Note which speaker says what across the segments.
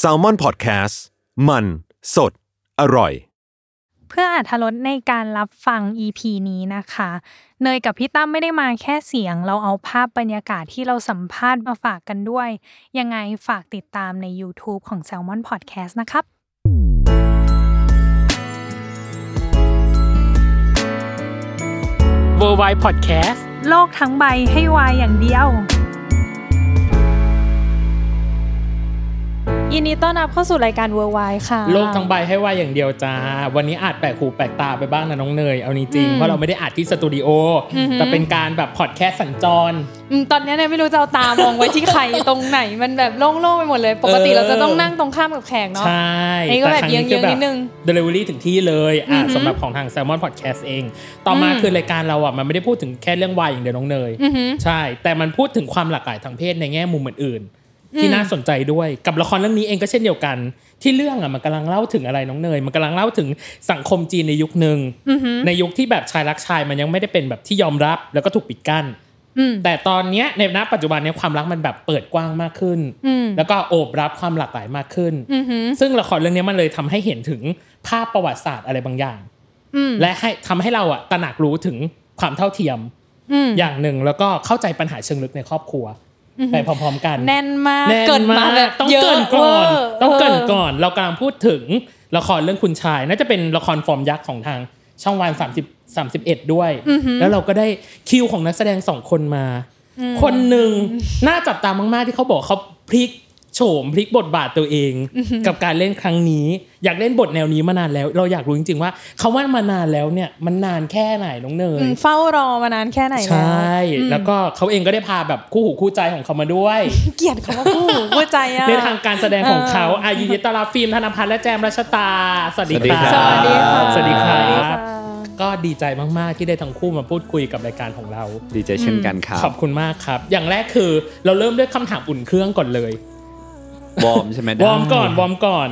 Speaker 1: s a l ม o n PODCAST มันสดอร่อย
Speaker 2: เพื่ออาธรสในการรับฟัง EP นี้นะคะ เนยกับพี่ตั้มไม่ได้มาแค่เสียง เราเอาภาพบรรยากาศที่เราสัมภาษณ์มาฝากกันด้วย ยังไงฝากติดตามใน YouTube ของ Salmon Podcast นะครับ
Speaker 3: w o r l d w i d e Podcast
Speaker 2: โลกทั้งใบให้วายอย่างเดียว ยินดีต้อนรับเข้าสู่รายการเวอร์ไวค่ะ
Speaker 3: โลกทั้งใบให้ว่าอย่างเดียวจ้า วันนี้อาจแปลกหูแปลกตาไปบ้างนะน้องเนย เอาจริง
Speaker 2: อืม
Speaker 3: ๆเพราะเราไม่ได้อัดที่สตูดิโออ
Speaker 2: อหือ
Speaker 3: แต่เป็นการแบบพอดแคสต์สัญจร
Speaker 2: อืมตอนเนี้ยเนี่ยไม่รู้จะเอาตามองไว้ที่ใคร ตรงไหนมันแบบโล่งๆไปหมดเลย ปกติ
Speaker 3: เออ
Speaker 2: เราจะต้องนั่งตรงข้ามกับแขกเนาะ
Speaker 3: ใช่
Speaker 2: อันนี้ก็แบบ
Speaker 3: ต่ครั้นี้
Speaker 2: เยื้องๆ
Speaker 3: คือแบบ
Speaker 2: นิดนึง
Speaker 3: Delivery ถึงที่เลยอ่ะ
Speaker 2: อือหือ
Speaker 3: สำหรับของทาง Salmon Podcast เอง ต่อมา
Speaker 2: อืม
Speaker 3: คือรายการเราอ่ะมันไม่ได้พูดถึงแค่เรื่องวายอย่างเดียวน้องเนย
Speaker 2: อือหือ
Speaker 3: ใช่ แต่มันพูดถึงความหลากหลายทางเพศในแง่มุมอื่นๆ ที่
Speaker 2: อืม
Speaker 3: น่าสนใจด้วย กับละครเรื่องนี้เองก็เช่นเดียวกัน ที่เรื่องอ่ะมันกำลังเล่าถึงอะไรน้องเนย มันกำลังเล่าถึงสังคมจีนในยุคหนึ่ง
Speaker 2: อือหือ
Speaker 3: ในยุคที่แบบชายรักชายมันยังไม่ได้เป็นแบบที่ยอมรับแล้วก็ถูกปิดกั้น
Speaker 2: อืม
Speaker 3: แต่ตอนเนี้ยในณปัจจุบันเนี้ยความรักมันแบบเปิดกว้างมากขึ้น
Speaker 2: อืม
Speaker 3: แล้วก็โอบรับความหลากหลายมากขึ้น
Speaker 2: อือหือ
Speaker 3: ซึ่งละครเรื่องเนี้ยมันเลยทำให้เห็นถึงภาพประวัติศาสตร์อะไรบางอย่าง
Speaker 2: อืม
Speaker 3: และให้ทำให้เราอะตระหนักรู้ถึงความเท่าเทียม
Speaker 2: อืม
Speaker 3: อย่างหนึ่ง แล้วก็เข้าใจปัญหาเชิงลึกในครอบครัวไปพร้อมๆกัน
Speaker 2: แน่นมาก
Speaker 3: แน่น
Speaker 2: เกินมาแบบ
Speaker 3: ต้อง
Speaker 2: ยะ
Speaker 3: เกรินก่อน
Speaker 2: เวร์
Speaker 3: ต้องเกริน
Speaker 2: อ
Speaker 3: ก่อน เรากำลังพูดถึงละครเรื่องคุณชาย น่าจะเป็นละครฟอร์มยักษ์ของทางช่องวัน30 31 ด้วย
Speaker 2: อือหือ
Speaker 3: แล้วเราก็ได้คิวของนักแสดงสองคนมา คนหนึ่งน่าจับตามากๆที่เขาบอกเขาพลิกโฉมพลิกบทบาทตัวเอง กับการเล่นครั้งนี้ อยากเล่นบทแนวนี้มานานแล้ว เราอยากรู้จริงๆว่าคาว่ามานานแล้วเนี่ยมันนานแค่ไหนน้องเน
Speaker 2: อื
Speaker 3: ย
Speaker 2: มเฝ้ารอมานานแค่ไหนแล้ว
Speaker 3: ใช่ แล้วก็เขาเองก็ได้พาแบบคู่หูคู่ใจของเขามาด้วย
Speaker 2: เกลียดเขาว่ากู้กู้ใจอ่ะ
Speaker 3: ในทางการแสดงของเขา
Speaker 2: เออ
Speaker 3: อายินดีต้อนรับฟิล์มธนพัฒน์และแจมรัชตา สวัสดี
Speaker 4: สวัสดี
Speaker 3: ครับ
Speaker 4: ค
Speaker 2: ส
Speaker 4: รั
Speaker 2: วัส
Speaker 4: บ
Speaker 2: ดีค่ะสวั
Speaker 3: สวัสดีค
Speaker 2: สดี
Speaker 3: รั
Speaker 2: ค่ะ
Speaker 3: บ ก็ดีใจมากๆที่ได้ทั้งคู่มาพูดคุยกับรายการของเรา
Speaker 4: ดีใจเช่นกันครั
Speaker 3: ขอ
Speaker 4: บบ
Speaker 3: คุณมากครับ อย่างแรกคือเราเริ่มด้วยคำถามอุ่นเครื่องก่อนเลย
Speaker 4: วอร์มใช่ไหม
Speaker 3: วอร์มก่อน ว
Speaker 4: ได้
Speaker 3: อร์มก่อน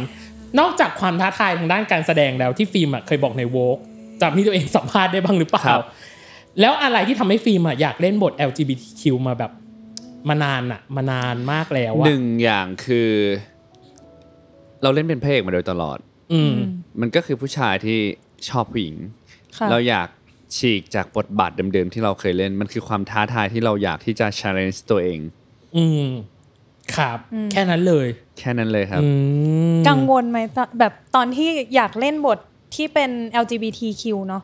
Speaker 3: นอกจากความท้าทายทางด้านการแสดงแล้วที่ฟิล์มอะเคยบอกในโวกจำที่ตัวเองสัมภาษณ์ได้บ้างหรือเปล่า แล้วอะไรที่ทำให้ฟิล์มอะอยากเล่นบท LGBTQ มาแบบมานานอะมานานมากแล้วอะ
Speaker 4: หนึ่งอย่างคือ เราเล่นเป็นพระเอกมาโดยตลอด
Speaker 3: อืม
Speaker 4: มันก็คือผู้ชายที่ชอบผู้หญิง
Speaker 2: ค่ะ
Speaker 4: เราอยากฉีกจากบทบาทเดิมๆที่เราเคยเล่น มันคือความท้าทายที่เราอยากที่จะ challenge ตัวเอง
Speaker 3: อืม ครับ แค่นั้นเลย
Speaker 4: แค่นั้นเลยครับ
Speaker 3: อืม
Speaker 2: กังวลไหมตอนแบบตอนที่อยากเล่นบทที่เป็น LGBTQ เนาะ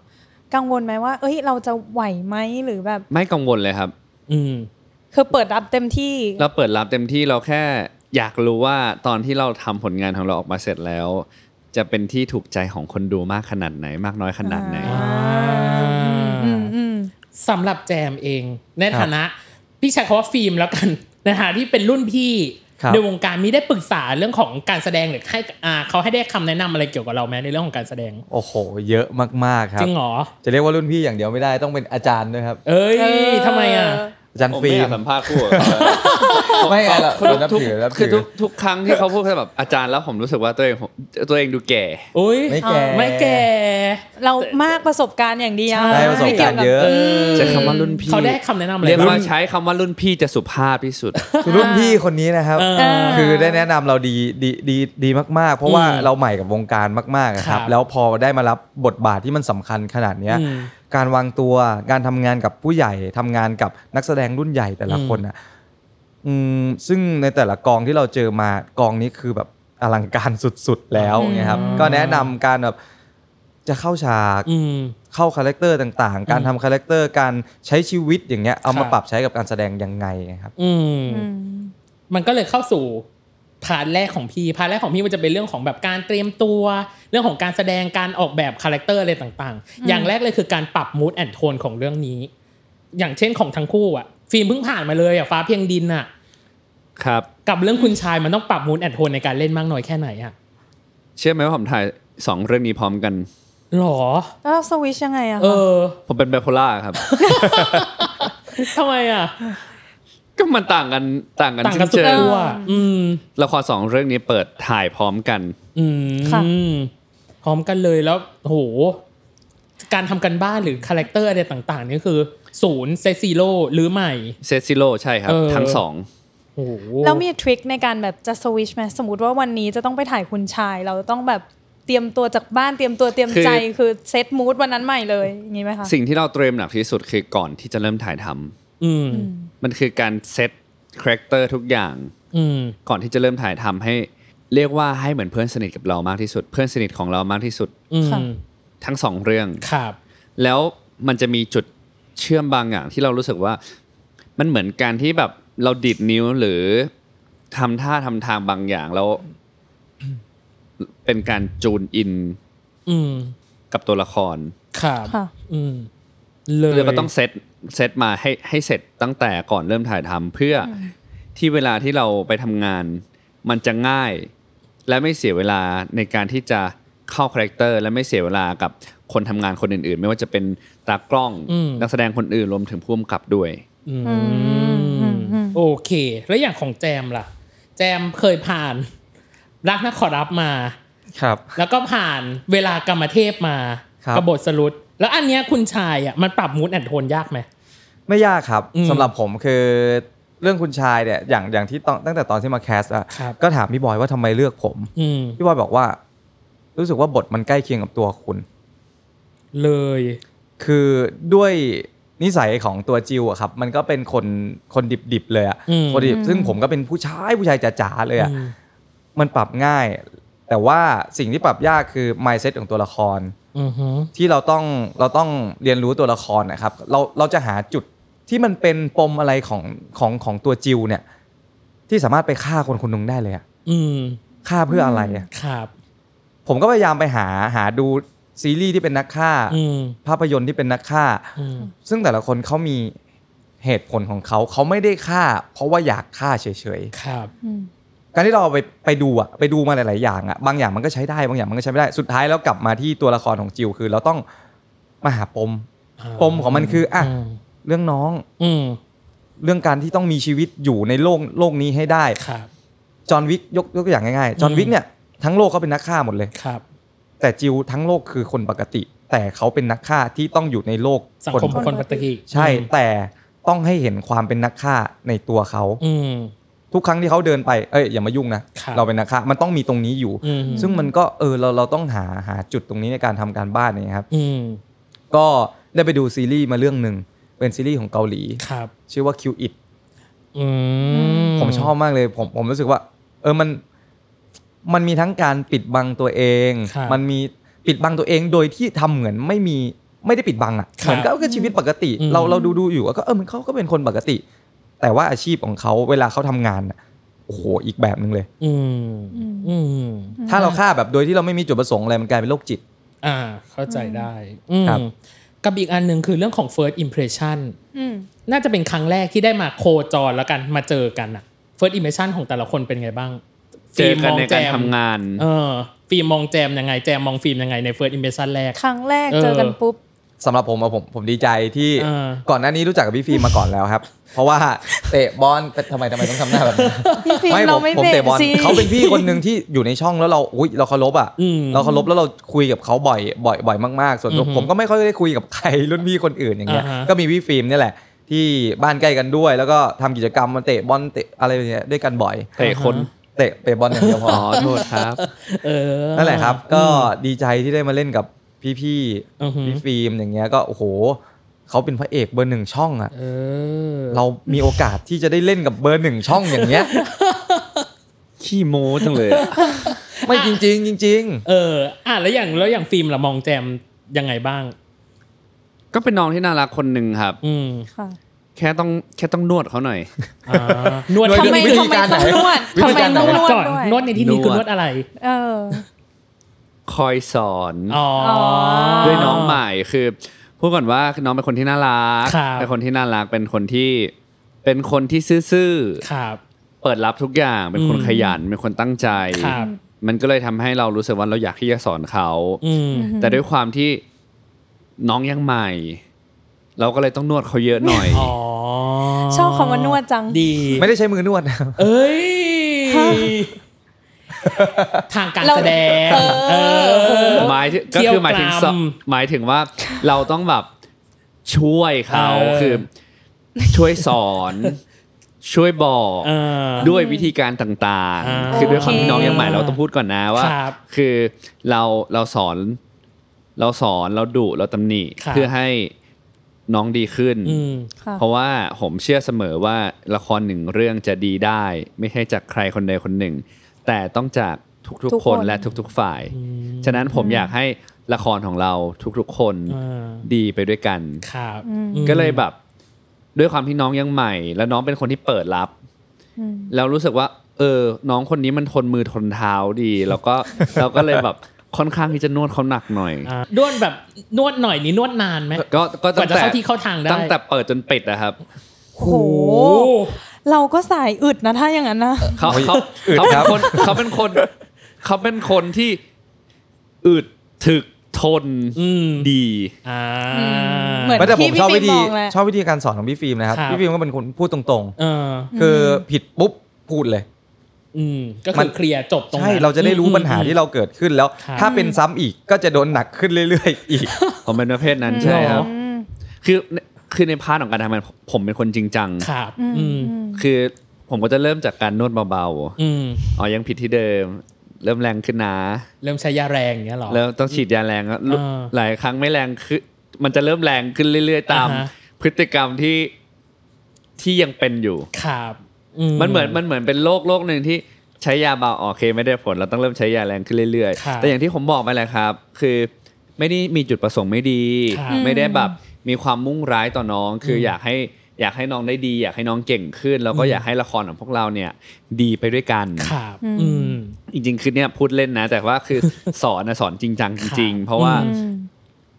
Speaker 2: กังวลไหมว่า เอ้ย เราจะไหวไหมหรือแบบ
Speaker 4: ไม่กังวลเลยครับ
Speaker 3: อืม
Speaker 2: คือเปิดรับเต็มที่
Speaker 4: เราเปิดรับเต็มที่เราแค่อยากรู้ว่าตอนที่เราทำผลงานของเราออกมาเสร็จแล้ว จะเป็นที่ถูกใจของคนดูมากขนาดไหน มากน้อยขนาดไหน
Speaker 2: อ่า อืมอืม
Speaker 3: สำหรับแจมเอง ใน
Speaker 5: ครับ
Speaker 3: ฐานะ พี่ใช้คำว่าฟิล์มแล้วกัน ในฐานะที่เป็นรุ่นพี่
Speaker 5: ครับ
Speaker 3: ในวงการมีได้ปรึกษาเรื่องของการแสดงหรือให้อ่าเขาให้ได้คำแนะนำอะไรเกี่ยวกับเราไหมในเรื่องของการแสดง
Speaker 5: โอ้โห เยอะมาก ๆ ค
Speaker 3: จ
Speaker 5: รับ
Speaker 3: ริงเหรอ
Speaker 5: จะเรียกว่ารุ่นพี่อย่างเดียวไม่ได้ต้องเป็นอาจารย์ด้วยครับ
Speaker 3: เอ้ย
Speaker 2: เออ
Speaker 3: ทำไมอ่ะ
Speaker 5: อาจารย์
Speaker 4: ผม
Speaker 5: ฟิ
Speaker 4: ไม่อ
Speaker 5: ล์
Speaker 4: ยาม กสัมภาษณ์คู่กับเขาแล้ว
Speaker 5: ไม่ไงเรา
Speaker 4: คือ
Speaker 5: เรานับ
Speaker 4: ทุก
Speaker 5: ถือนับ
Speaker 4: คื
Speaker 5: ถื
Speaker 4: อ
Speaker 5: อ
Speaker 4: ทุกทุกครั้งที่เขาพูดคือแบบอาจารย์แล้วผมรู้สึกว่าตัวเองผมตัวเองดูแก่
Speaker 3: อุ้ย
Speaker 5: ไม่แก่
Speaker 3: ไม่แก่
Speaker 2: เรามากประสบการณ์อย่างเดียว
Speaker 5: ใช่ประสบการณ์เยอะ
Speaker 2: ไม่กี่วกับ
Speaker 4: ใช้คำว่ารุ่นพี่
Speaker 3: เขาได้คำแนะนำอะไร
Speaker 4: เรียกว่า
Speaker 3: บ้ง
Speaker 4: ใช้คำว่ารุ่นพี่จะสุภาพที่สุด
Speaker 5: คือรุ่นพี่คนนี้นะครับ
Speaker 3: เออ
Speaker 5: คือได้แนะนำเราดีดีดีดีมาก ๆ เพราะว่า
Speaker 3: อืม
Speaker 5: เราใหม่กับวงการมากๆอะค
Speaker 3: ครั
Speaker 5: รับ
Speaker 3: บ
Speaker 5: แล้วพอได้มารับบทบาทที่มันสำคัญขนาดเนี้ย
Speaker 3: อืม
Speaker 5: การวางตัว การทำงานกับผู้ใหญ่ทำงานกับนักแสดงรุ่นใหญ่แต่ละ
Speaker 3: อืม
Speaker 5: คนอ่ะอืมซึ่งในแต่ละกองที่เราเจอมากองนี้คือแบบอลังการสุดๆแล้วเนะครับ ก็แนะนำการแบบจะเข้าฉาก
Speaker 3: อืม
Speaker 5: เข้าคาแรคเตอร์ต่างๆ การทำคาแรคเตอร์ การใช้ชีวิตอย่างเงี้ย เอา
Speaker 3: ครั
Speaker 5: มา
Speaker 3: บ
Speaker 5: ปรับใช้กับการแสดงยังไงครับ
Speaker 3: อืม
Speaker 2: อืม
Speaker 3: มันก็เลยเข้าสู่พาร์ทแรกของพี่พาร์ทแรกของพี่มันจะเป็นเรื่องของแบบการเตรียมตัว เรื่องของการแสดงการออกแบบคาแรคเตอร์อะไรต่าง
Speaker 2: อืม
Speaker 3: ๆ อย่างแรกเลยคือการปรับมูดแอนโทนของเรื่องนี้ อย่างเช่นของทั้งคู่อ่ะ ฟิล์มเพิ่งผ่านมาเลยอ่ะฟ้าเพียงดินอ่ะ
Speaker 4: ครับ
Speaker 3: กับเรื่องคุณชายมันต้องปรับมูดแอนโทนในการเล่นมากน้อยแค่ไหนอ่ะ
Speaker 4: เชื่อไหมว่าผมถ่ายสองเรื่องนี้พร้อมกัน
Speaker 3: หรอ
Speaker 2: แล้วเราสวิชยังไงอะ
Speaker 3: เอ
Speaker 2: คะ
Speaker 3: อ
Speaker 4: ผมเป็นไบโพล่าครับ
Speaker 3: ทำไมอ่ะ
Speaker 4: ก็มันต่างกันต่างกัน
Speaker 3: ต่างกันสุ
Speaker 4: เจ
Speaker 3: ด
Speaker 4: อ
Speaker 3: ขั้วอืม
Speaker 4: ละครสองเรื่องนี้เปิดถ่ายพร้อมกัน
Speaker 3: อืมพร้อมกันเลยแล้วโห การทำกันบ้านหรือคาแรคเตอร์อะไรต่างๆนี่คือ ศูนย์เซซิโลหรือใหม่
Speaker 4: เซซิโลใช่ครับ
Speaker 3: เออ
Speaker 4: ทั้งสอง
Speaker 3: โอ้โห
Speaker 2: แล้วมีทริคในการแบบจะสวิชไหมสมมติว่าวันนี้จะต้องไปถ่ายคุณชาย เราต้องแบบเตรียมตัวจากบ้านเตรียมตัวเตรียมใจ
Speaker 4: คือ
Speaker 2: คือเซตมูดวันนั้นใหม่เลยอย่างนี้ไหมคะ
Speaker 4: สิ่งที่เราเตรียมหนักที่สุดคือก่อนที่จะเริ่มถ่ายทำ
Speaker 3: อืม
Speaker 2: อืม
Speaker 4: มันคือการเซตคาแรคเตอร์ทุกอย่าง
Speaker 3: อืม
Speaker 4: ก่อนที่จะเริ่มถ่ายทำให้เรียกว่าให้เหมือนเพื่อนสนิทกับเรามากที่สุด เพื่อนสนิทของเรามากที่สุด
Speaker 3: อืม
Speaker 2: ค่ะ
Speaker 4: ทั้งสองเรื่อง
Speaker 3: ครับ
Speaker 4: แล้วมันจะมีจุดเชื่อมบางอย่างที่เรารู้สึกว่า มันเหมือนการที่แบบเราดิดนิ้วหรือทำท่าทำทางบางอย่างแล้ว เป็นการจูนอิน
Speaker 3: อืม
Speaker 4: กับตัวละคร
Speaker 3: ครับ
Speaker 2: ค่ะ
Speaker 3: อืมเลย
Speaker 4: เราก็ต้องเซตเซตมาให้ให้เสร็จตั้งแต่ก่อนเริ่มถ่ายทำเพื่ออที่เวลาที่เราไปทำงาน มันจะง่าย และไม่เสียเวลาในการที่จะเข้าคาแรคเตอร์ และไม่เสียเวลากับคนทำงานคนอื่น ๆ ไม่ว่าจะเป็นตากล้องนักแสดงคนอื่นรวมถึงผู้กำกับด้วย
Speaker 3: อืมโอเค แล้วอย่างของแจมล่ะ แจมเคยผ่าน รักนักขอรับมา
Speaker 5: ครับ
Speaker 3: แล้วก็ผ่านเวลากรรมเทพมา
Speaker 5: ครับ
Speaker 3: กบฏสรุปแล้วอันเนี้ยคุณชายอ่ะมันปรับมูดแอนโทนยากไหม
Speaker 5: ไม่ยากครับ
Speaker 3: อืม
Speaker 5: สำหรับผมคือเรื่องคุณชายเนี่ยอย่างอย่างที่ตอนตั้งแต่ตอนที่มาแคสอะ
Speaker 3: ครับ
Speaker 5: ก็ถามพี่บอยว่าทำไมเลือกผม
Speaker 3: อืม
Speaker 5: พี่บอยบอกว่า รู้สึกว่าบทมันใกล้เคียงกับตัวคุณ
Speaker 3: เลย
Speaker 5: คือด้วยนิสัยของตัวจิวอะครับ มันก็เป็นคนคนดิบๆเลยอะ
Speaker 3: อืม
Speaker 5: คนดิบซึ่งผมก็เป็นผู้ชายผู้ชายจ๋าๆเลยอะ
Speaker 3: อืม
Speaker 5: มันปรับง่าย แต่ว่าสิ่งที่ปรับยากคือ mindset ของตัวละคร
Speaker 3: อือฮึ
Speaker 5: ที่เราต้องเราต้องเรียนรู้ตัวละครนะครับ เราเราจะหาจุดที่มันเป็นปมอะไรของของของตัวจิวเนี่ย ที่สามารถไปฆ่าคนคนหนึงได้เลยอะ
Speaker 3: อืม
Speaker 5: ฆ่าเพื่ออะไรอะ
Speaker 3: ครับ
Speaker 5: ผมก็พยายามไปหาหาดูซีรีส์ที่เป็นนักฆ่า
Speaker 3: อืม
Speaker 5: ภาพยนตร์ที่เป็นนักฆ่า
Speaker 3: อืม
Speaker 5: ซึ่งแต่ละคนเขามีเหตุผลของเขาเขาไม่ได้ฆ่า เพราะว่าอยากฆ่าเฉย
Speaker 3: ครับ
Speaker 2: อืม
Speaker 5: ๆ การที่เราเอาไปไปดูอะไปดูมาหลาย ๆ อย่างอะบางอย่างมันก็ใช้ได้บางอย่างมันก็ใช้ไม่ได้สุดท้ายแล้วกลับมาที่ตัวละครของจิวคือ เราต้องมาหาปม ปมของมันคืออ่ะ
Speaker 3: ม
Speaker 5: เรื่องน้อง
Speaker 3: อืม
Speaker 5: เรื่องการที่ต้องมีชีวิตอยู่ในโลกโลกนี้ให้ได้
Speaker 3: ครับ
Speaker 5: จอห์นวิกยกยกตัวอย่างง่ายๆ จอห์น
Speaker 3: อืม
Speaker 5: วิกเนี่ยทั้งโลกเขาเป็นนักฆ่าหมดเลย
Speaker 3: ครับ
Speaker 5: แต่จิวทั้งโลกคือคนปกติ แต่เขาเป็นนักฆ่าที่ต้องอยู่ในโลก
Speaker 3: สังคม
Speaker 5: ป
Speaker 3: ข
Speaker 5: ก
Speaker 3: อง
Speaker 5: ติ
Speaker 3: คนปฏิกิริยา
Speaker 5: ใช่ แต่ต้องให้เห็นความเป็นนักฆ่าในตัวเขา
Speaker 3: อืม
Speaker 5: ทุกครั้งที่เขาเดินไป เอ้ยอย่ามายุ่งนะ
Speaker 3: ครับ
Speaker 5: เราเป็นนักฆ่ามันต้องมีตรงนี้อยู่
Speaker 3: อืม
Speaker 5: ซึ่งมันก็เออเราเราต้องหาหาจุดตรงนี้ในการทำการบ้านเนี่ยครับ
Speaker 3: อืม
Speaker 5: ก็ได้ไปดูซีรีส์มาเรื่องหนึ่งเป็นซีรีส์ของเกาหลี
Speaker 3: ครับ
Speaker 5: ชื่อว่าคิวอิด
Speaker 3: อืม
Speaker 5: ผมชอบมากเลยผมผมรู้สึกว่า เออมันมันมีทั้งการปิดบังตัวเอง มันมีปิดบังตัวเองโดยที่ทำเหมือนไม่มีไม่ได้ปิดบังอ่ะเหมือนก็ก็ชีวิตปกติ เราเราดูดูอยู่ก็เออมันเขาก็เป็นคนปกติ แต่ว่าอาชีพของเขาเวลาเขาทำงานน่ะโอ้โหอีกแบบหนึ่งเลย
Speaker 3: อืม
Speaker 2: อืม
Speaker 3: อืม
Speaker 5: ถ้าเราฆ่าแบบโดยที่เราไม่มีจุดประสงค์อะไรมันกลายเป็นโรคจิต
Speaker 3: อ่า เข้าใจได้อืม
Speaker 5: ครับ
Speaker 3: กับอีกอันหนึ่งคือเรื่องของ first impression
Speaker 2: อืม
Speaker 3: น่าจะเป็นครั้งแรกที่ได้มาโคจรแล้วกันมาเจอกันอะ first impression ของแต่ละคนเป็นไงบ้าง
Speaker 4: เจอกันในการ
Speaker 3: ฟิล์มมอ
Speaker 4: ทำ
Speaker 3: งแจม
Speaker 4: งาน
Speaker 3: เออ ฟิล์มมองแจมยังไง แจมมองฟิล์มยังไงใน first impression แรก
Speaker 2: ครั้งแรก
Speaker 3: เออ
Speaker 2: เจอกันปุ๊บ
Speaker 5: สำหรับผมอะผมผมดีใจที่
Speaker 3: เออ
Speaker 5: ก่อนหน้านี้รู้จักกับพี่ฟิล์มมาก่อนแล้วครับ เพราะว่า เตะบอลเป็นทำไมทำไมต้องทำหน้าแบบนี้น
Speaker 2: พี่ฟิล์ม
Speaker 5: ไม่ผ
Speaker 2: เรา
Speaker 5: ม
Speaker 2: ไม่
Speaker 5: ผม
Speaker 2: เบร
Speaker 5: เตะ
Speaker 2: ก
Speaker 5: บอล
Speaker 2: สิ
Speaker 5: เขาเป็นพี่คนหนึ่งที่อยู่ในช่องแล้วเราอุยเราเคารพอ่ะ
Speaker 3: อืม
Speaker 5: เราเคารพแล้วเราคุยกับเขาบ่อยบ่อยบ่อยมากๆ ส่วนตัว
Speaker 3: อือฮึ
Speaker 5: ผมก็ไม่ค่อยได้คุยกับใครรุ่นพี่คนอื่นอย่างเงี้ย
Speaker 3: อ่าฮะ
Speaker 5: ก็มีพี่ฟิล์มเนี่ยแหละ ที่บ้านใกล้กันด้วย แล้วก็ทำกิจกรรมมาเตะบอลเตะอะไรอย่างเงี้ยด้วยกันบ่อย
Speaker 4: เตะคน
Speaker 5: เตะเตะบอลอย่างเดียวพ
Speaker 4: อ๋
Speaker 5: อ
Speaker 4: อโทษครับ
Speaker 3: เออ
Speaker 5: นั่นแหละครับ ก็ดีใจที่ได้มาเล่นกับพี่
Speaker 3: อือฮึ
Speaker 5: ๆพี่ฟิล์มอย่างเงี้ยก็โอ้โหเขาเป็นพระเอกเบอร์หนึ่งช่องอ่ะ
Speaker 3: เออ
Speaker 5: เรามีโอกาสที่จะได้เล่นกับเบอร์หนึ่งช่องอย่างเงี้ย
Speaker 4: ขี้โม้จังเลยอะ
Speaker 5: ไม่จริง ๆ จริง ๆ
Speaker 3: เออ อ่ะแล้วอย่างแล้วอย่างฟิล์มละมองแจมยังไงบ้าง
Speaker 4: ก็เป็นน้องที่น่ารักคนหนึ่งครับ
Speaker 3: อืม
Speaker 2: ค่ะ
Speaker 4: แค่ต้องแค่ต้องนวดเขาหน่อย
Speaker 3: อ่า นวด
Speaker 5: หน่วย
Speaker 2: ทำไม
Speaker 5: วิธี
Speaker 2: ทำไม
Speaker 5: การไหน
Speaker 2: ต้องนวด
Speaker 5: วิธี
Speaker 2: ทำไม
Speaker 5: การไหน
Speaker 2: ต้องนวด
Speaker 3: ก่อน
Speaker 2: ด้วย
Speaker 3: นวดในที่นี้คือนวดอะไร
Speaker 2: เออ
Speaker 4: คอยสอน
Speaker 3: อ๋อ
Speaker 4: ด้วยน้องใหม่คือพูดก่อนว่าน้องเป็นคนที่น่ารัก
Speaker 3: ครับ
Speaker 4: เป็นคนที่น่ารักเป็นคนที่เป็นคนที่ซื่อ
Speaker 3: ครับ
Speaker 4: ๆเปิดรับทุกอย่าง เป็นคน
Speaker 3: อืม
Speaker 4: ขยันเป็นคนตั้งใจ
Speaker 3: ครับ
Speaker 4: มันก็เลยทำให้เรารู้สึกว่าเราอยากที่จะสอนเขา
Speaker 3: อืม
Speaker 4: แต่ด้วยความที่น้องยังใหม่ เราก็เลยต้องนวดเขาเยอะหน่อย
Speaker 3: อ๋อ
Speaker 2: ชอบคำว่านวดจัง
Speaker 3: ดี
Speaker 5: ไม่ได้ใช้มือนวดนะครับ
Speaker 3: เอ้ย ทางการแสดง
Speaker 2: เราเออ
Speaker 3: เออ
Speaker 4: หมายถึง
Speaker 3: เที่ย
Speaker 4: ก็
Speaker 3: ว
Speaker 4: คือหมายถึงส
Speaker 3: กรรม
Speaker 4: หมายถึงว่าเราต้องแบบช่วยเขา
Speaker 3: เออ
Speaker 4: คือช่วยสอน ช่วยบอก
Speaker 3: เออ
Speaker 4: ด้วยวิธีการต่าง
Speaker 3: อ่า
Speaker 4: ๆ คือด้วยความที่น้องยังใหม่เราต้องพูดก่อนนะว่า
Speaker 3: ครับ
Speaker 4: คือเราเราสอนเราสอนเราดุเราตำหนิ
Speaker 3: ครับ
Speaker 4: เพื่อให้น้องดีขึ้น
Speaker 3: อืม
Speaker 2: ค่ะ
Speaker 4: เพราะว่าผมเชื่อเสมอว่าละครหนึ่งเรื่องจะดีได้ ไม่ใช่จากใครคนใดคนหนึ่ง แต่ต้องจากทุก
Speaker 2: ทุกค
Speaker 4: ๆคน นและทุกๆฝ่าย ฉะนั้นผมอยากให้ละครของเราทุกๆคน
Speaker 3: อ่า
Speaker 4: ดีไปด้วยกัน
Speaker 3: ครับ
Speaker 2: อืม
Speaker 3: อืม
Speaker 4: ก็เลยแบบด้วยความที่น้องยังใหม่ แล้วน้องเป็นคนที่เปิดรับ
Speaker 2: อืม
Speaker 4: แล้วรู้สึกว่า เออ น้องคนนี้มันทนมือทนเท้าดี แล้วก็ เราก็เลยแบบค่อนข้างที่จะนวดเขาหนักหน่อย
Speaker 3: อ่านวดแบบนวดหน่อยนี่นวดนานไหม
Speaker 4: ก็ก็
Speaker 3: กว่าจะเข้าที่เข้าทางได้
Speaker 4: ตั้งแต่เปิดจนปิดนะครับ
Speaker 2: โอ้โห เราก็สายอึดนะถ้าอย่างนั้นนะ
Speaker 4: เขาเขา
Speaker 5: อึด
Speaker 4: เขา
Speaker 5: ค
Speaker 4: เป็
Speaker 5: รั
Speaker 4: น
Speaker 5: บ
Speaker 4: คนเขาเป็นคนเขาเป็นคนที่อึดถึกทน
Speaker 3: อืม
Speaker 4: ดี
Speaker 3: อ่า
Speaker 2: เหมือน
Speaker 5: ไม่แต่ผมชอบ
Speaker 2: ที่
Speaker 5: วิธี
Speaker 2: พี่ฟิล์มมองแหละ
Speaker 5: ชอบวิธีการสอนของพี่ฟิล์มนะครับ
Speaker 3: ครับ
Speaker 5: พี่ฟิล์มก็เป็นคนพูดตรง
Speaker 3: เออ
Speaker 5: ๆ คือผิดปุ๊บพูดเลย
Speaker 3: อืมก็
Speaker 5: มั
Speaker 3: คือน เคลียร์จบตรงนั้
Speaker 5: ใช่
Speaker 3: น
Speaker 5: เราจะได้รู้ปัญหาที่เราเกิดขึ้นแล้ว
Speaker 3: ครับ
Speaker 5: ถ้าเป็นซ้ำอีกก็จะโดนหนักขึ้นเรื่อยๆ อีก
Speaker 4: ผมเป็นประเภทนั้นใช่ครับ คือในคือในพาร์ทของการทำงานผมผมเป็นคนจริงจัง
Speaker 3: ครับอืม
Speaker 4: คือผมก็จะเริ่มจากการนวดเบา
Speaker 3: อืม
Speaker 4: ๆ อ๋อยังผิดที่เดิม เริ่มแรงขึ้นนะ
Speaker 3: เริ่มใช้ยาแรงอย่างเงี้ยเหรอ
Speaker 4: แล้วต้องฉีดยาแรงอะลุ
Speaker 3: อ่า
Speaker 4: หลายครั้งไม่แรงขึ้นมันจะเริ่มแรงขึ้นเรื่อย ๆ ตาม
Speaker 3: อ่าฮะ
Speaker 4: พฤติกรรมที่ที่ยังเป็นอยู่
Speaker 3: ครับ
Speaker 4: มันเหมือนมันเหมือนเป็นโรคโรคหนึ่งที่ใช้ยาเบาโอเค ไม่ได้ผลเราต้องเริ่มใช้ยาแรงขึ้นเรื่อย
Speaker 3: ครับ
Speaker 4: ๆ แต่อย่างที่ผมบอกไปแหละครับ คือไม่ได้มีจุดประสงค์ไม่ดี
Speaker 3: ครับ
Speaker 4: ไม่ได้แบบมีความมุ่งร้ายต่อน้อง คืออยากให้อยากให้น้องได้ดี อยากให้น้องเก่งขึ้น แล้วก็
Speaker 3: อืม
Speaker 4: อยากให้ละครของพวกเราเนี่ย ดีไปด้วยกัน
Speaker 3: ครับอืม
Speaker 4: จริงๆคือเนี่ยพูดเล่นนะ แต่ว่าคือ สอนนะสอนจริงจังจริง
Speaker 3: ครับ
Speaker 4: ๆ เพราะว่า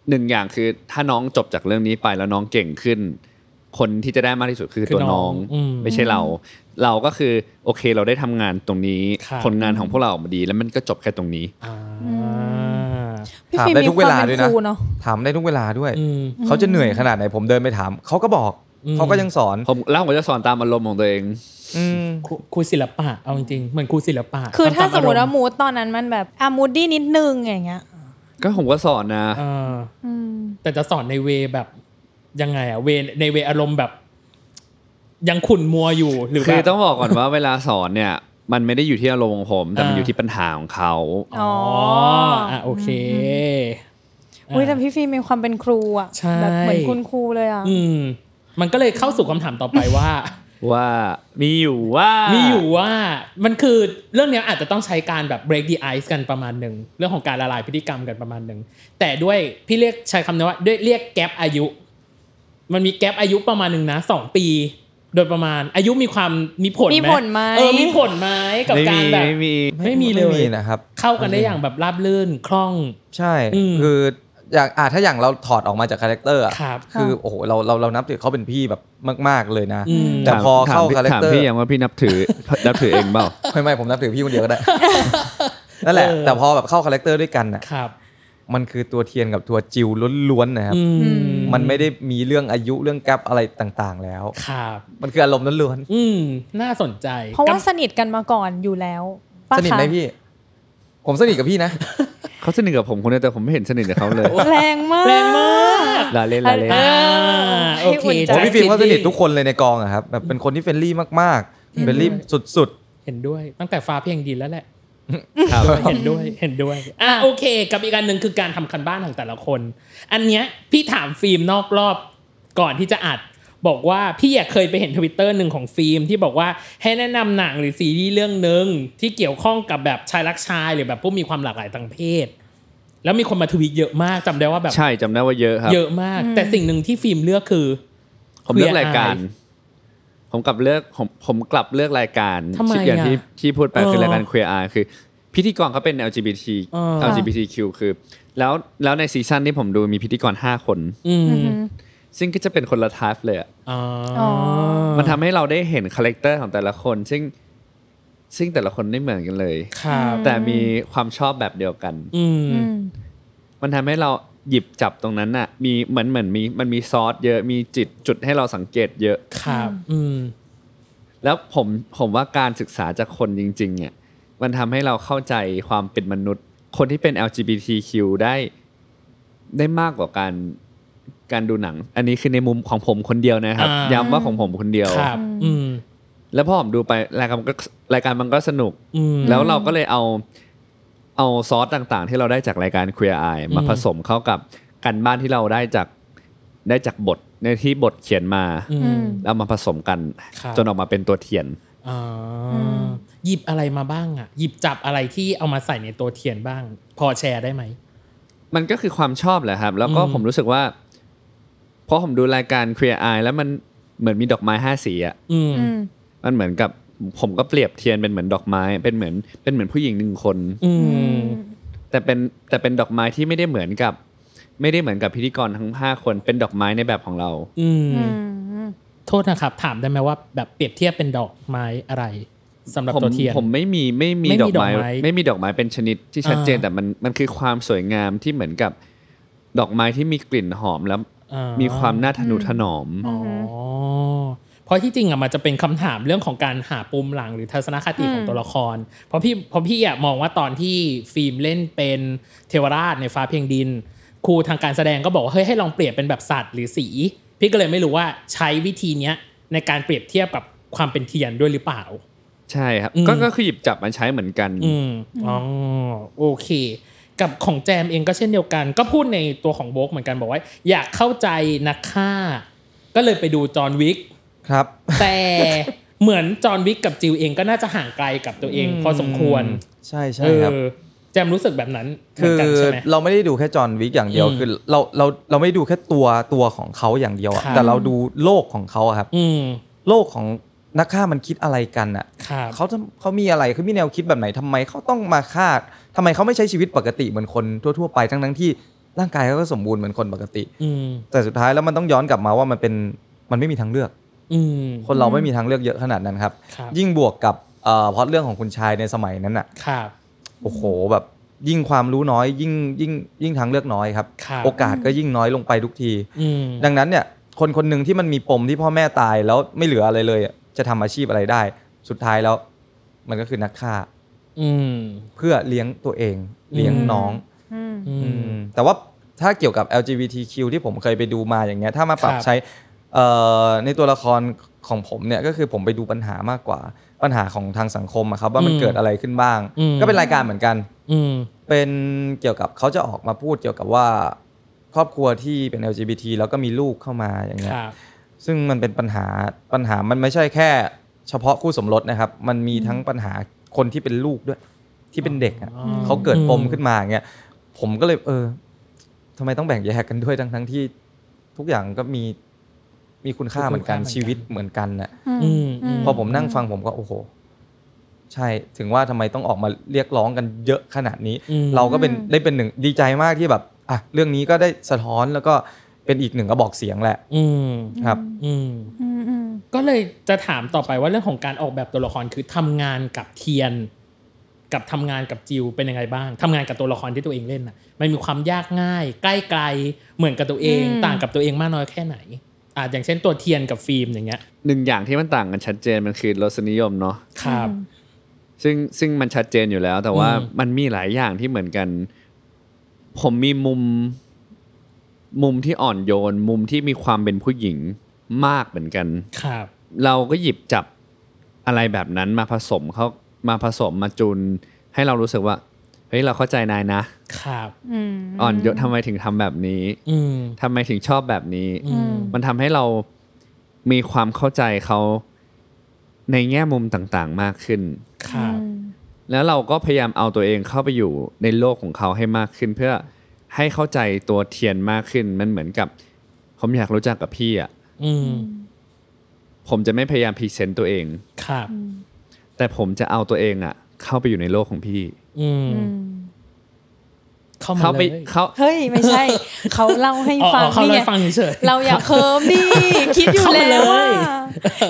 Speaker 4: หนึ่งอย่างคือถ้าน้องจบจากเรื่องนี้ไปแล้วน้องเก่งขึ้น คนที่จะได้มากที่สุดคือตัวน้อง
Speaker 3: อืม
Speaker 4: ไม่ใช่เรา เราก็คือโอเคเราได้ทำงานตรงนี้
Speaker 3: ครับ
Speaker 4: ผลงานของพวกเราออกมาดี แล้วมันก็จบแค่ตรงนี้
Speaker 3: อ่า
Speaker 2: พี่
Speaker 5: ถาม
Speaker 2: ฟิล์ม
Speaker 5: ได้
Speaker 2: มี
Speaker 5: ทุกเว
Speaker 2: ความ
Speaker 5: ลา
Speaker 2: เป็นค
Speaker 5: ด้วยนะ
Speaker 2: รูเนาะ
Speaker 5: ถามได้ทุกเวลาด้วย
Speaker 3: อืม
Speaker 5: เขาจะเหนื่อยขนาดไหนผมเดินไปถาม เขาก็บอก
Speaker 3: อืม
Speaker 5: เขาก็ยังสอน
Speaker 4: ผมแล้วผมก็จะสอนตามอารมณ์ของตัวเอง
Speaker 5: อืม
Speaker 3: ครูครูศิลปะเอาจริงๆเหมือนครูศิลปะ
Speaker 2: คือถ้า
Speaker 3: ำ
Speaker 2: สมมติ
Speaker 3: อ
Speaker 2: ว่าร
Speaker 3: ณ์
Speaker 2: มูดตอนนั้นมันแบบอามูดดี้นิดนึงอย่างเงี้ย
Speaker 4: ก็ผมก็สอนนะ
Speaker 3: เออ
Speaker 2: อืม
Speaker 3: แต่จะสอนในเวแบบยังไงอะเวในเวอารมณ์แบบ ยังขุ่นมัวอยู่หรือ
Speaker 4: คือ
Speaker 3: แบบ
Speaker 4: ต้องบอกก่อนว่า เวลาสอนเนี่ย มันไม่ได้อยู่ที่อารมณ์ของผม แต่มัน
Speaker 3: อ่า
Speaker 4: อยู่ที่ปัญหาของเขา
Speaker 2: อ๋ออ่
Speaker 3: อ่ะโอเค
Speaker 2: อุ้ยแต่พี่ฟิล์มมีความเป็นครูอะ
Speaker 3: ใช่
Speaker 2: แบบเหมือนคุณครูเลยอะ
Speaker 3: อืม มันก็เลยเข้าสู่คำถามต่อไปว่า
Speaker 4: ว่ามีอยู่ว่ามี
Speaker 3: มีอยู่ว่ามันคือเรื่องเนี้ยอาจจะต้องใช้การแบบ break the ice กันประมาณหนึ่งเรื่องของการละลายพฤติกรรมกันประมาณหนึ่งแต่ด้วยพี่เรียกใช้คำนี้ว่าด้วยเรียกแกลบอายุ มันมีแกลบอายุประมาณหนึ่งนะสองปี โดยประมาณอายุมีความมีผล
Speaker 2: มีผลไหม
Speaker 3: เออมีผลไหมกับ
Speaker 4: ไม่
Speaker 3: กา
Speaker 4: มี
Speaker 3: รแบบ
Speaker 4: ไม่มี
Speaker 3: ไม่มีเลย
Speaker 5: ไม่มีนะครับ
Speaker 3: เข้ากันได้อย่างแบบราบรื่นคล่อง
Speaker 5: ใช่
Speaker 3: อืม
Speaker 5: คืออย่างอ่ะถ้าอย่างเราถอดออกมาจากคาแรคเตอร์อะ
Speaker 3: ครับ
Speaker 5: คือโอ้โหเราเราเรานับถือเขาเป็นพี่แบบมาก ๆเลยนะ
Speaker 3: อืม
Speaker 5: แต่พอ
Speaker 4: ถม
Speaker 5: เข้า
Speaker 4: ถมพี่
Speaker 5: คาแรคเต
Speaker 4: ถม
Speaker 5: อร์
Speaker 4: พี่ยังว่าพี่นับถือ นับถือเองเปล่า
Speaker 5: ไม่ไม่ผมนับถือพี่คนเดียวก็ได้ นั่นแหละ
Speaker 3: เออ
Speaker 5: แต่พอแบบเข้าคาแรคเตอร์ด้วยกันน่ะ
Speaker 3: ครับ
Speaker 5: มันคือตัวเทียนกับตัวจิวล้วนๆนะครับ
Speaker 3: อืม
Speaker 5: มันไม่ได้มีเรื่องอายุเรื่องแกลบอะไรต่างๆ แล้ว
Speaker 3: ครับ
Speaker 5: มันคืออารมณ์ล้วน
Speaker 3: อืม น่าสนใจ
Speaker 2: เพราะว่า
Speaker 3: กับ
Speaker 2: สนิทกันมาก่อนอยู่แล้วปะ
Speaker 5: ๆสนิทไหม
Speaker 2: คะ
Speaker 5: พี่ ผมสนิทกับพี่นะ
Speaker 4: เขาสนิทกับผมคนเดียวแต่ผมไม่เห็นสนิทกับเขาเลย
Speaker 2: แรงมาก
Speaker 3: แรงมาก
Speaker 4: ลาเล่นลาเล่น
Speaker 2: เอ
Speaker 3: อ่า
Speaker 2: อให้
Speaker 3: โอเค
Speaker 2: อุ่นใจ
Speaker 5: ผมพี่ฟิล์มเขาสนิททุกคนเลยในกองอะครับแบบเป็นคนที่เฟรนลี่มากๆเฟรนลี่สุด
Speaker 3: เห็นด้วยตั้งแต่ฟ้าเพียงดินแล้วแหละ
Speaker 4: ครับ
Speaker 3: เห็นด้วยเห็นด้วยอ่ะโอเค กับอีกอันหนึ่งคือการทำคันบ้านของแต่ละคน อันเนี้ยพี่ถามฟิล์มนอกรอบก่อนที่จะอัด บอกว่าพี่อยากเคยไปเห็นทวิตเตอร์หนึ่งของฟิล์มที่บอกว่าให้แนะนำหนังหรือซีรีส์เรื่องหนึ่งที่เกี่ยวข้องกับแบบชายรักชายหรือแบบผู้มีความหลากหลายทางเพศ แล้วมีคนมาทวิตเยอะมากจำได้ว่าแบบ
Speaker 4: ใช่จำได้ว่าเยอะครับ
Speaker 3: เยอะมาก แต่สิ่งหนึ่งที่ฟิล์มเลือกคือ
Speaker 4: ผมเลือก
Speaker 3: Queer
Speaker 4: รายการ
Speaker 3: Eye
Speaker 4: ผมกลับเลือกผมผมกลับเลือกรายการ
Speaker 3: ทำไมอะ
Speaker 4: อย่างที่ที่พูดไป
Speaker 3: เออ
Speaker 4: คือรายการ Queer Eye คือ พิธีกรเขาเป็น LGBT
Speaker 3: เออ
Speaker 4: LGBTQ คือ แล้วแล้วในซีซั่นที่ผมดูมีพิธีกร 5 คน
Speaker 3: อืม
Speaker 4: ซึ่งก็จะเป็นคนละทาร์ฟเลยอะ
Speaker 3: อ๋อ
Speaker 2: อ๋อ
Speaker 4: มันทำให้เราได้เห็นคาแรคเตอร์ของแต่ละคน ซึ่งซึ่งแต่ละคนไม่เหมือนกันเลย
Speaker 3: ครับ
Speaker 4: แต่มีความชอบแบบเดียวกัน
Speaker 3: อืม
Speaker 2: อืม
Speaker 4: มันทำให้เราหยิบจับตรงนั้นน่ะ มีเหมือนเหมือนมีมันมีซอสเยอะมีจิตจุดให้เราสังเกตเยอะ
Speaker 3: ครับ อืม
Speaker 4: แล้วผมผมว่าการศึกษาจากคนจริงๆเนี่ยมันทำให้เราเข้าใจความเป็นมนุษย์ คนที่เป็น LGBTQ ได้ ได้มากกว่าการการดูหนัง อันนี้คือในมุมของผมคนเดียวนะครับ
Speaker 3: อ่า
Speaker 4: ย้ำว่าของผมคนเดียว
Speaker 3: ครับ อืม
Speaker 4: แล้วพอผมดูไปรายการมันก็รายการมันก็สนุก
Speaker 3: อืม
Speaker 4: แล้วเราก็เลยเอาเอาซอสต่างๆ ที่เราได้จากรายการ Queer Eye มา
Speaker 3: อืม
Speaker 4: ผสมเข้ากับการบ้านที่เราได้จากได้จากบทในที่บทเขียนมา
Speaker 3: อืม
Speaker 4: แล้วมาผสมกัน
Speaker 3: ครับ
Speaker 4: จนออกมาเป็นตัวเทียน
Speaker 3: อ่า
Speaker 2: อืม
Speaker 3: หยิบอะไรมาบ้างอ่ะ หยิบจับอะไรที่เอามาใส่ในตัวเทียนบ้าง พอแชร์ได้ไหม
Speaker 4: มันก็คือความชอบแหละครับ แล้วก็
Speaker 3: อืม
Speaker 4: ผมรู้สึกว่าเพราะผมดูรายการ Queer Eye แล้วมันเหมือนมีดอกไม้ห้าสีอะ
Speaker 3: อืม
Speaker 2: อืม
Speaker 4: มันเหมือนกับผมก็เปรียบเทียนเป็นเหมือนดอกไม้ เป็นเหมือนเป็นเหมือนผู้หญิงหนึ่งคน
Speaker 3: อืม
Speaker 4: แต่เป็นแต่เป็นดอกไม้ที่ไม่ได้เหมือนกับ ไม่ได้เหมือนกับพิธีกรทั้งห้าคนเป็นดอกไม้ในแบบของเรา
Speaker 3: อืม
Speaker 2: อืม
Speaker 3: โทษนะครับ ถามได้ไหมว่าแบบเปรียบเทียบเป็นดอกไม้อะไรสำหรับ
Speaker 4: ผม
Speaker 3: ตัวเทียน
Speaker 4: ผมไม่มีไม่มี
Speaker 3: ไม่มี
Speaker 4: ดอกไม้
Speaker 3: ดอกไม้
Speaker 4: ไม่มีดอกไม้เป็นชนิดที่ชัดเจน
Speaker 3: อ่า
Speaker 4: แต่มันมันคือความสวยงามที่เหมือนกับ ดอกไม้ที่มีกลิ่นหอมแล้ว
Speaker 3: อ่
Speaker 4: มีความน่าทนุถนอม
Speaker 3: อ๋อเพราะที่จริงอ่ะมันจะเป็นคำถามเรื่องของการหาปมหลังหรือทัศนคติ
Speaker 2: อืม
Speaker 3: ของตัวละคร เพราะพี่เพราะพี่อ่ะมองว่าตอนที่ฟิล์มเล่นเป็นเทวราชในฟ้าเพียงดิน ครูทางการแสดงก็บอกว่าเฮ้ยให้ลองเปรียบเป็นแบบสัตว์หรือสี พี่ก็เลยไม่รู้ว่าใช้วิธีเนี้ยในการเปรียบเทียบกับความเป็นเทียนด้วยหรือเปล่า
Speaker 4: ใช่ครับ
Speaker 3: อืม
Speaker 4: ก็ก็คือหยิบจับมาใช้เหมือนกัน
Speaker 3: อืมอ๋อโอเค กับของแจมเองก็เช่นเดียวกัน ก็พูดในตัวของโบกเหมือนกันบอกว่า อยากเข้าใจนักฆ่า ก็เลยไปดูจอห์นวิก
Speaker 5: ครับ
Speaker 3: แต่ เหมือนจอห์นวิกกับจิวเองก็น่าจะห่างไกลกับตัวเอง พอสมควร
Speaker 5: ใช่ใช่
Speaker 3: เอ
Speaker 5: ครับ
Speaker 3: อแจมรู้สึกแบบนั้นเหมือน
Speaker 5: คือ
Speaker 3: กันใช่ไหม
Speaker 5: เราไม่ได้ดูแค่จอห์นวิกอย่างเดียว
Speaker 3: อืม
Speaker 5: คือเราเราเราไม่ได้ดูแค่ตัวตัวของเขาอย่างเดียวอะ
Speaker 3: ครับ
Speaker 5: แต่เราดูโลกของเขาอะครับ
Speaker 3: อืม
Speaker 5: โลกของนักฆ่ามันคิดอะไรกันอะ
Speaker 3: ครับ
Speaker 5: เขาทำเขามีอะไรคือมีแนวคิดแบบไหนทำไมเขาต้องมาฆ่าทำไมเขาไม่ใช้ชีวิตปกติเหมือนคนทั่วๆไปทั้งทั้งๆที่ร่างกายเขาก็สมบูรณ์เหมือนคนปกติ
Speaker 3: อืม
Speaker 5: แต่สุดท้ายแล้วมันต้องย้อนกลับมาว่ามันเป็นมันไม่มีทางเลือก
Speaker 3: อืม
Speaker 5: คนเราไม่มีทางเลือกเยอะขนาดนั้นครับ
Speaker 3: ครับ
Speaker 5: ยิ่งบวกกับเอ่อพล็อตเรื่องของคุณชายในสมัยนั้นอะ
Speaker 3: ครับ
Speaker 5: โอ้โหแบบยิ่งความรู้น้อยยิ่งยิ่งยิ่งทางเลือกน้อยครับ
Speaker 3: ครับ
Speaker 5: โอกาสก็ยิ่งน้อยลงไปทุกที
Speaker 3: อืม
Speaker 5: ดังนั้นเนี่ยคนคนหนึ่งที่มันมีปมที่พ่อแม่ตายแล้วไม่เหลืออะไรเลยอะจะทำอาชีพอะไรได้ สุดท้ายแล้ว มันก็คือนักฆ่า
Speaker 3: อืม
Speaker 5: เพื่อเลี้ยงตัวเองเลี้ยง
Speaker 3: อืม
Speaker 5: น้อง
Speaker 2: อืม
Speaker 3: อื
Speaker 5: อื
Speaker 3: ม
Speaker 5: มแต่ว่าถ้าเกี่ยวกับ LGBTQ ที่ผมเคยไปดูมาอย่างเงี้ยถ้ามาปรับ
Speaker 3: ครับ
Speaker 5: ใช้เอ่อในตัวละครของผมเนี่ยก็คือผมไปดูปัญหามากกว่าปัญหาของทางสังคมอะครับว่ามันเกิดอะไรขึ้นบ้าง ก็เป็นรายการเหมือนกัน
Speaker 3: อืม
Speaker 5: เป็นเกี่ยวกับเขาจะออกมาพูดเกี่ยวกับว่าครอบครัวที่เป็น LGBT แล้วก็มีลูกเข้ามาอย่าง
Speaker 3: ค
Speaker 5: เงี้ย
Speaker 3: รับ
Speaker 5: ซึ่งมันเป็นปัญหาปัญหามันไม่ใช่แค่ เฉพาะคู่สมรสนะครับ มันมีทั้งปัญหาคนที่เป็นลูกด้วย ที่เป็นเด็กอ่ะ
Speaker 3: อ๋อ
Speaker 5: เขาเกิดปมขึ้นมาอย่างเงี้ยผมก็เลยเออทำไมต้องแบ่งแยกกันด้วยทั้งทั้งที่ทุกอย่างก็มีมีคุณค่าเหมือนกัน
Speaker 3: มีคุณค่าเหมือนกัน
Speaker 5: ชีวิตเหมือนกันน่ะ
Speaker 3: อืมอืม
Speaker 5: พอผมนั่งฟังผมก็โอ้โห ใช่ถึงว่าทำไมต้องออกมาเรียกร้องกันเยอะขนาดนี้
Speaker 3: อืม
Speaker 5: เราก็เป็น
Speaker 2: อืม
Speaker 5: ได้เป็นหนึ่งดีใจมากที่แบบอ่ะเรื่องนี้ก็ได้สะท้อนแล้วก็เป็นอีกหนึ่งกระบอกเสียงแหละ
Speaker 3: อืม
Speaker 5: ครับ
Speaker 3: อืม
Speaker 2: อืมอืม
Speaker 3: ก็เลยจะถามต่อไปว่าเรื่องของการออกแบบตัวละครคือทำงานกับเทียน กับทำงานกับจิวเป็นยังไงบ้างทำงานกับตัวละครที่ตัวเองเล่นน่ะ มันมีความยากง่าย ใกล้ไกลเหมือนกับตัวเอง
Speaker 2: อืม
Speaker 3: ต่างกับตัวเองมากน้อยแค่ไหนอ่ะอย่างเช่นตัวเทียนกับฟิล์มอย่างเงี้ย
Speaker 4: หนึ่งอย่างที่มันต่างกันชัดเจนมันคือรสนิยมเนาะ
Speaker 3: ครับ
Speaker 4: ซึ่งซึ่งมันชัดเจนอยู่แล้ว แต่ว่า
Speaker 3: อืม
Speaker 4: มันมีหลายอย่างที่เหมือนกัน ผมมีมุม มุมที่อ่อนโยน มุมที่มีความเป็นผู้หญิงมากเหมือนกัน
Speaker 3: ครับ
Speaker 4: เราก็หยิบจับอะไรแบบนั้นมาผสมเขามาผสมมาจุน ให้เรารู้สึกว่าเฮ้ยเราเข้าใจนายนะครับ
Speaker 2: อืม
Speaker 4: อ่อนโยนทำไมถึงทำแบบนี้
Speaker 3: อืม
Speaker 4: ทำไมถึงชอบแบบนี้
Speaker 3: อืม
Speaker 4: มันทำให้เรามีความเข้าใจเขาในแง่มุมต่างๆ มากขึ้น
Speaker 3: ครับ
Speaker 4: แล้วเราก็พยายามเอาตัวเองเข้าไปอยู่ในโลกของเขาให้มากขึ้น เพื่อให้เข้าใจตัวเทียนมากขึ้น มันเหมือนกับผมอยากรู้จักกับพี่อ่ะ
Speaker 3: อืม
Speaker 4: ผมจะไม่พยายามพรีเซนต์ตัวเอง
Speaker 3: ครับ
Speaker 4: แต่ผมจะเอาตัวเองอ่ะ เข้าไปอยู่ในโลกของพี่
Speaker 3: อืม
Speaker 2: อืม
Speaker 3: เข้ามา
Speaker 4: เข้าไป
Speaker 3: เลย
Speaker 4: เข้า
Speaker 2: เฮ้ย ไม่ใช่ เขาเล่าให้
Speaker 3: อ๋อ
Speaker 2: ฟัง
Speaker 3: อ๋อเข้า
Speaker 2: นี่
Speaker 3: เล
Speaker 2: ไง
Speaker 3: ยฟังเฉย
Speaker 2: เราอย่าเคิมดิคิดอยู่
Speaker 3: เข้ามา
Speaker 2: แล้วว่า
Speaker 3: เลย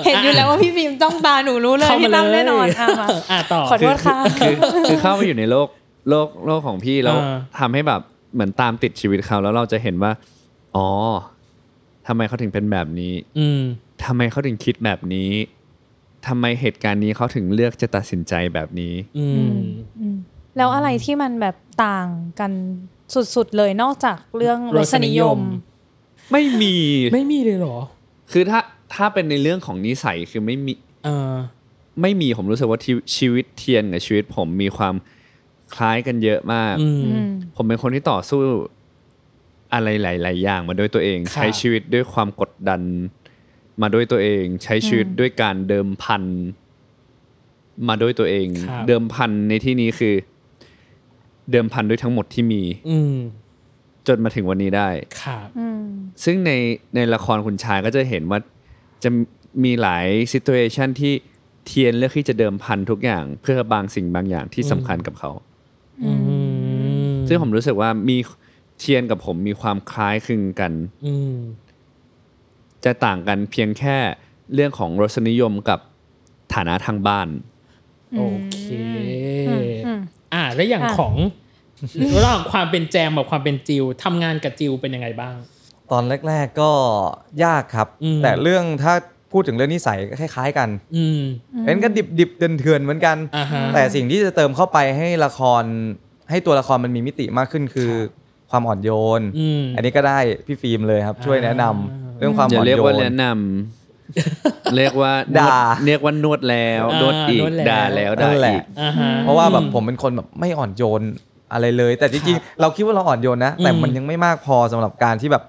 Speaker 2: เห็นอยู่แล้วว่าพี่ฟิล์มต้องตาหนูรู้เลย
Speaker 3: เข้ามา
Speaker 2: พี่ตั้ม
Speaker 3: เลย
Speaker 2: แน่นอนอ่ะมา
Speaker 3: อ่ะต่อ
Speaker 2: ขอโทษ ค่ะ
Speaker 4: คือคือคือเข้าไปอยู่ในโลกโลกโลกของพี่แล้ว
Speaker 3: อ่า
Speaker 4: ทำให้แบบเหมือนตามติดชีวิตเขาแล้วเราจะเห็นว่า อ๋อทำไมเขาถึงเป็นแบบนี้
Speaker 3: อืม
Speaker 4: ทำไมเขาถึงคิดแบบนี้ ทำไมเหตุการณ์นี้เขาถึงเลือกจะตัดสินใจแบบนี้
Speaker 3: อืม
Speaker 2: อืมแล้วอะไรที่มันแบบต่างกันสุดๆเลยนอกจากเรื่องร
Speaker 3: ร
Speaker 2: ส
Speaker 3: สนิ
Speaker 2: นิย
Speaker 3: ย
Speaker 2: ม
Speaker 3: ม
Speaker 4: ไม่มี
Speaker 3: ไม่มีเลยเหรอ
Speaker 4: คือถ้าถ้าเป็นในเรื่องของนิสัยคือไม่มี
Speaker 3: เออ
Speaker 4: ไม่มีผมรู้สึกว่าที่ชีวิตเทียนกับชีวิต ผมมีความคล้ายกันเยอะมาก
Speaker 3: อืม
Speaker 2: อืม
Speaker 4: ผมเป็นคนที่ต่อสู้อะไรหลาย ๆ อย่างมาด้วยตัวเอง
Speaker 3: ค่ะ
Speaker 4: ใช้ชีวิตด้วยความกดดันมาด้วยตัวเอง ใช้ชีวิตด้วยการเดิมพันมาด้วยตัวเอง
Speaker 3: ครับ
Speaker 4: เดิมพันในที่นี้คือ เดิมพันด้วยทั้งหมดที่มี
Speaker 3: อืม
Speaker 4: จนมาถึงวันนี้ได้
Speaker 3: ครับ
Speaker 2: อืม
Speaker 4: ซึ่งในในละครคุณชายก็จะเห็นว่าจะมีหลายซิตูเอชันที่เทียนเลือกที่จะเดิมพันทุกอย่าง เพื่อบางสิ่งบางอย่างที่สำคัญกับเขา
Speaker 3: อืม
Speaker 4: ซึ่งผมรู้สึกว่ามีเทียนกับผมมีความคล้ายคลึงกัน
Speaker 3: อืม
Speaker 4: จะต่างกันเพียงแค่เรื่องของรสนิยมกับฐานะทางบ้าน
Speaker 3: โอเค
Speaker 2: อืมอืม
Speaker 3: อ่าแล้วอย่าง
Speaker 2: อ่ะ
Speaker 3: ของระหว่างความเป็นแจมกับความเป็นจิวทำงานกับจิวเป็นยังไงบ้าง
Speaker 5: ตอนแรก ๆก็ยากครับ
Speaker 3: อืม
Speaker 5: แต่เรื่องถ้าพูดถึงเรื่องนิสัยก็คล้ายๆกัน
Speaker 3: อืม
Speaker 5: เป็นก็ดิบดิบเดินเถื่อนๆเหมือนกัน
Speaker 3: อ่าฮะ
Speaker 5: แต่สิ่งที่จะเติมเข้าไปให้ละคร ให้ตัวละครมันมีมิติมากขึ้นคือ ความอ่อนโยน
Speaker 3: อืม
Speaker 5: อันนี้ก็ได้พี่ฟิล์มเลยครับ ช่วยแนะนำ
Speaker 3: อ่
Speaker 5: เรื่องความ
Speaker 4: จะ
Speaker 5: อ่อน
Speaker 4: เรียก
Speaker 5: โย
Speaker 4: ว่าน แนะน ำ เรียกว่านว
Speaker 5: ด่า
Speaker 4: เรียกว่านวดแล้ว
Speaker 3: อ่าน
Speaker 4: นวดอีก
Speaker 3: นวดแล้ว
Speaker 4: ด่าแล้วด่า
Speaker 5: นั่นแห
Speaker 4: อี
Speaker 5: ละ
Speaker 4: ก
Speaker 3: อ่าฮะ
Speaker 5: เพราะว่าแบบผมเป็นคนแบบไม่อ่อนโยนอะไรเลย แต่จริงๆเราคิดว่าเราอ่อนโยนนะ แต่
Speaker 3: อืม
Speaker 5: มันยังไม่มากพอสำหรับการที่แบบ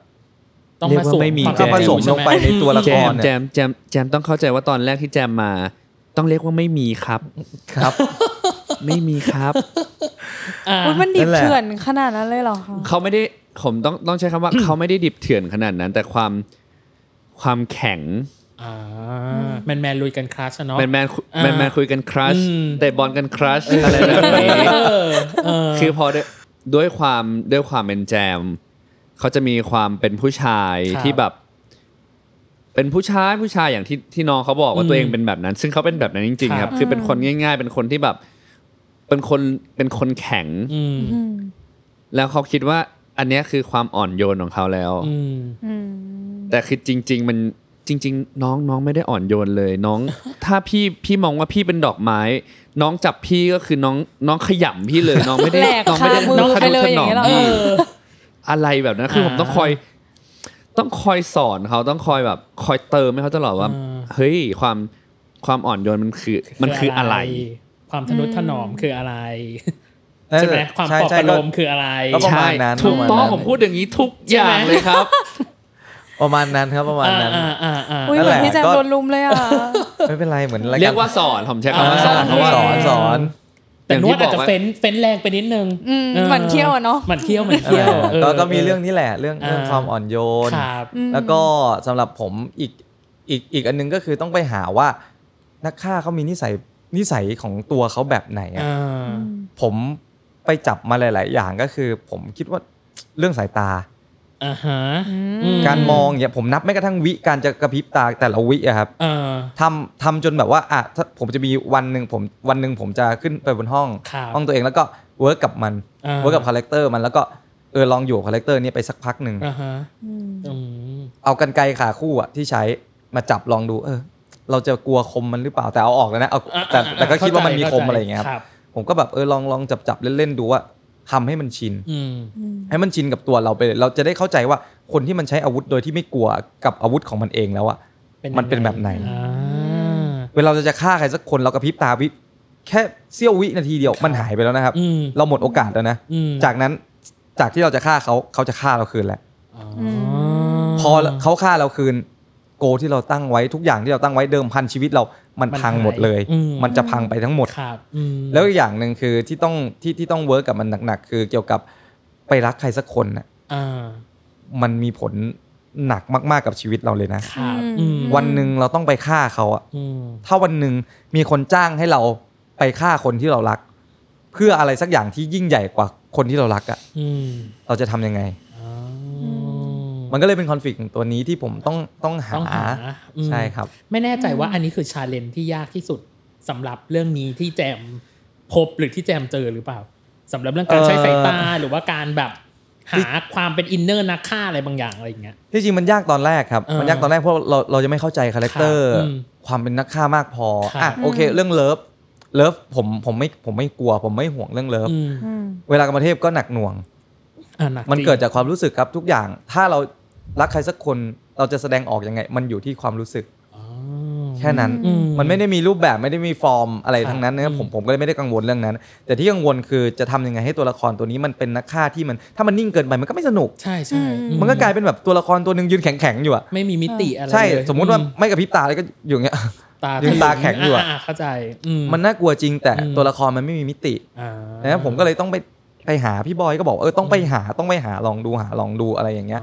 Speaker 3: ต้อง
Speaker 4: เรีย
Speaker 3: ผ
Speaker 4: กว่า
Speaker 3: สม
Speaker 4: ไม่มี
Speaker 3: บัง
Speaker 5: ก็
Speaker 3: คับ
Speaker 5: ผสมลงไปในตัวละ
Speaker 4: แจ
Speaker 5: คร
Speaker 4: มแจ
Speaker 5: เนี่ย
Speaker 4: มแจมแจมต้องเข้าใจว่าตอนแรกที่แจมมา ต้องเรียกว่าไม่มีครับ
Speaker 5: ครับ
Speaker 4: ไม่มี ครับ
Speaker 3: อ่า
Speaker 2: อุ๊ยมันดิ
Speaker 5: นั่
Speaker 2: บ
Speaker 5: นแหละ
Speaker 2: เถื่อนขนาดนั้นเลยเหรอคะ
Speaker 4: เขาไม่ได้ผมต้องต้องใช้คำว่า เขาไม่ได้ดิบเถื่อนขนาดนั้น แต่ความความแข็ง
Speaker 3: อ่าแมนแมนลุยกันคลาสเนาะ
Speaker 4: แมนแมน
Speaker 3: อ่า
Speaker 4: แมนแมนคุยกันครัช
Speaker 3: อืม
Speaker 4: แต่บอลกันครัชอะไรแบบนี้
Speaker 3: เออเออ
Speaker 4: คือพอด้วยด้วยความด้วยความเป็นแจม เขาจะมีความเป็นผู้ชาย
Speaker 3: ครับ
Speaker 4: ที่แบบ เป็นผู้ชายผู้ชายอย่างที่ที่น้องเขาบอกว่า
Speaker 3: อืม
Speaker 4: ตัวเองเป็นแบบนั้น ซึ่งเขาเป็นแบบนั้นจริง
Speaker 3: ค
Speaker 4: ๆค
Speaker 3: รั
Speaker 4: รับ บ คือเป็นคนง่าย ๆ เป็นคนที่แบบ เป็นคนเป็นคนแข็ง
Speaker 3: อืม
Speaker 2: อืม
Speaker 4: แล้วเขาคิดว่า อันเนี้ยคือความอ่อนโยนของเขาแล้ว
Speaker 3: อืม
Speaker 2: อืม
Speaker 4: แต่คือจริง ๆ มันจริง ๆ น้องน้องไม่ได้อ่อนโยนเลยน้อง ถ้าพี่พี่มองว่าพี่เป็นดอกไม้ น้องจับพี่ก็คือน้องน้องขยำพี่เลย น้องไม่ได้
Speaker 2: แหลก
Speaker 4: น้อง
Speaker 2: คา
Speaker 4: ไม่ได้
Speaker 2: มือ
Speaker 4: น้อง
Speaker 2: ไปเลย
Speaker 4: ทะ
Speaker 2: อย่าง
Speaker 4: นุถ
Speaker 2: เงี้ยเหรอ
Speaker 4: ม
Speaker 2: คะ
Speaker 4: พี่ อะไรแบบนั้นคือผม
Speaker 3: อ่า
Speaker 4: ต้องคอย ต้องคอยสอนเขาต้องคอยแบบ คอยเติมให้เขาตลอดว่า
Speaker 3: อ่า
Speaker 4: เฮ้ยความความอ่อนโยนมันคือ มันคืออะไร
Speaker 3: ความทนุถนอมคืออะไร
Speaker 5: ใช่
Speaker 3: ใช่ไหมความปลอบประโลมคืออะไร
Speaker 5: ก็ประ
Speaker 4: ใช่
Speaker 5: มาณนั้น
Speaker 4: ถูกต้อง
Speaker 5: ประมาณนั้น
Speaker 4: ผมพูดอย่างนี้ทุกอย่าง
Speaker 3: ใช่ไหม
Speaker 4: เลยครับ
Speaker 5: ประมาณนั้นครับประมาณ
Speaker 3: อ่า
Speaker 5: นั้น
Speaker 3: อ่าอ่าอ่า
Speaker 2: อุ้ย
Speaker 5: นั่
Speaker 2: เห
Speaker 5: น
Speaker 2: มือน
Speaker 5: แหละ
Speaker 2: พี่แจม
Speaker 5: ก็
Speaker 2: โดนลุมเลยอ่ะ
Speaker 5: ไม่เป็นไรเหมือน
Speaker 4: เรียกว่าสอนผมใช้คำว่าสอน
Speaker 3: อ่า
Speaker 4: เพราะว่า
Speaker 5: สอนสอน
Speaker 3: แต่นวดอาจ
Speaker 4: อย่างที่บอก
Speaker 3: จะ
Speaker 4: ว่า
Speaker 3: เฟ้นเฟ้นแรงไปนิดนึง
Speaker 2: อืมหมั่นเคี้ยวอะเนอะ
Speaker 3: หมันเคี้ยวหมันเคี้ยวเออ
Speaker 5: ก็ก็มีเรื่องนี้แหละเรื่อง
Speaker 3: อ่า
Speaker 5: เรื่องความอ่อนโยน
Speaker 3: ครับ
Speaker 5: แล้วก็สำหรับผมอีกอีกอีกอันนึงก็คือต้องไปหาว่า นักฆ่าเขามีนิสัยนิสัยของตัวเขาแบบไหนอะ
Speaker 3: อ่า
Speaker 5: ผมไปจับมาหลาย ๆ อย่างก็คือ ผมคิดว่าเรื่องสายตา
Speaker 3: อ่าฮะ
Speaker 5: การมองเนี่ยผมนับแม้กระทั่งวิการจะกระพริบตาแต่ละวิอะครับ
Speaker 3: เออ
Speaker 5: ทำทำจนแบบว่าอ่ะถ้าผมจะมีวันหนึ่งผมวันหนึ่งผมจะขึ้นไปบนห้อง
Speaker 3: ครับ
Speaker 5: ห้องตัวเองแล้วก็เวิร์กกับมัน
Speaker 3: อ่า
Speaker 5: เวิร์กกับคาแรคเตอร์มันแล้วก็เออลองอยู่กับคาแรคเตอร์นี้ไปสักพักหนึ่ง
Speaker 3: อ่าฮะ
Speaker 2: อืม
Speaker 3: อืม
Speaker 5: เอากันไกลขาคู่อะที่ใช้มาจับลองดู เออ เราจะกลัวคมมันหรือเปล่าแต่เอาออกแล้วนะเอา
Speaker 3: อ่ะ
Speaker 5: แต่
Speaker 3: อ่ะ
Speaker 5: แต่ก็คิดว่ามันมีค
Speaker 3: ข้
Speaker 5: ม
Speaker 3: ใจ
Speaker 5: อะไรอย่างเงี้ยครับ
Speaker 3: ครับ
Speaker 5: ผมก็แบบเออลองลองจับจับเล่นๆดูว่าทำให้มันชิน
Speaker 3: อืม
Speaker 2: อืม
Speaker 5: ให้มันชินกับตัวเราไปเลยเราจะได้เข้าใจว่าคนที่มันใช้อาวุธโดยที่ไม่กลัวกับอาวุธของมันเองแล้วอะ
Speaker 3: เป็น
Speaker 5: มันเป็น
Speaker 3: ยังไง
Speaker 5: แบบไหน
Speaker 3: อ่า
Speaker 5: เวลาเราจะฆ่าใครสักคนเรากระพริบตาวิแค่เสี้ยววินาทีเดียวมันหายไปแล้วนะครับ
Speaker 3: อืม
Speaker 5: เราหมดโอกาสแล้วนะ
Speaker 3: อืม
Speaker 5: จากนั้นจากที่เราจะฆ่าเขาเขาจะฆ่าเราคืนแหละ
Speaker 3: อ๋อ
Speaker 5: พอเขาฆ่าเราคืน โกที่เราตั้งไว้ทุกอย่างที่เราตั้งไว้เดิมพันชีวิตเรามัน
Speaker 3: มัน
Speaker 5: พังหมดเลย
Speaker 3: หายอืม
Speaker 5: มันจะพังไปทั้งหมด
Speaker 3: ครับอืม
Speaker 5: แล้วอีกอย่างหนึ่งคือที่ต้องที่ที่ต้องเวิร์กกับมันหนักๆคือเกี่ยวกับไปรักใครสักคนน่ะ
Speaker 3: อ่า
Speaker 5: มันมีผลหนักมากๆกับชีวิตเราเลยนะ
Speaker 3: ครับอืม
Speaker 5: วันหนึ่งเราต้องไปฆ่าเขาอะ
Speaker 3: อืม
Speaker 5: ถ้าวันหนึ่งมีคนจ้างให้เราไปฆ่าคนที่เรารัก เพื่ออะไรสักอย่างที่ยิ่งใหญ่กว่าคนที่เรารักอะ่ะ
Speaker 3: อืม
Speaker 5: เราจะทำยังไง
Speaker 3: อ๋อ
Speaker 5: มันก็เลยเป็นคอนฟ lict ของตัวนี้ที่ผมต้องต้องหา
Speaker 3: ต้องหาอืม
Speaker 5: ใช่ครับ
Speaker 3: ไม่แน่ใจว่าอันนี้คือชาเลนที่ยากที่สุดสำหรับเรื่องนี้ที่แจมพบหรือที่แจมเจอหรือเปล่าสำหรับเรื่องการ
Speaker 5: เอ่อ
Speaker 3: ใช้สายตาหรือว่าการแบบหาความเป็นอินเนอร์นักฆ่าอะไรบางอย่างอะไรอย่างเงี้ย
Speaker 5: ที่จริงมันยากตอนแรกครับ
Speaker 3: เออ
Speaker 5: มันยากตอนแรกเพราะเราเราจะไม่เข้าใจคาแรคเตอร์
Speaker 3: ครับอืม
Speaker 5: ความเป็นนักฆ่ามากพอ
Speaker 3: ครับ
Speaker 5: อ่ะโอเค เรื่องเลิฟเลิฟผมผมไม่ผมไม่กลัว ผมไม่ห่วงเรื่องเลิฟ
Speaker 3: อืม
Speaker 2: อืม
Speaker 5: เวลากรรมเทพก็หนักหน่วง
Speaker 3: อ่ะหก
Speaker 5: มัน
Speaker 3: จริง
Speaker 5: เกิดจากความรู้สึกครับทุกอย่าง ถ้าเรารักใครสักคนเราจะแสดงออกยังไง มันอยู่ที่ความรู้สึก
Speaker 3: อ๋อ
Speaker 5: แค่นั้น
Speaker 3: อื
Speaker 5: มันไม่ได้มีรูปแบบไม่ได้มีฟอร์มอะไรทั้งนั้นนะครับผมผมก็เลยไม่ได้กังวลเรื่องนั้น แต่ที่กังวลคือจะทำยังไงให้ตัวละครตัวนี้มันเป็นนักฆ่าที่มันถ้ามันนิ่งเกินไปมันก็ไม่สนุก
Speaker 3: ใช่ใช่อื
Speaker 5: มันก็กลายเป็นแบบตัวละครตัวหนึ่งยืนแข็งๆอยู่อะ
Speaker 3: ไม่มีมิติอะไร
Speaker 5: ใช่
Speaker 3: เลย
Speaker 5: สมมุติว่า
Speaker 3: อื
Speaker 5: ไม่กระพริบตาแล้วก็อยู่อย่างเงี้ย
Speaker 3: ตา
Speaker 5: ยืนตาแข็งอยู่อะ
Speaker 3: าเข้าใจอื
Speaker 5: มันน่ากลัวจริงแต่
Speaker 3: อืม
Speaker 5: ตัวละครมันไม่มีมิติ
Speaker 3: อ่า
Speaker 5: นะครับผมก็เลยต้องไปไปหาพี่บอยก็บอกว่าเออต้องไปหาต้องไปหาลองดูหาลองดูอะไรอย่างเงี้ย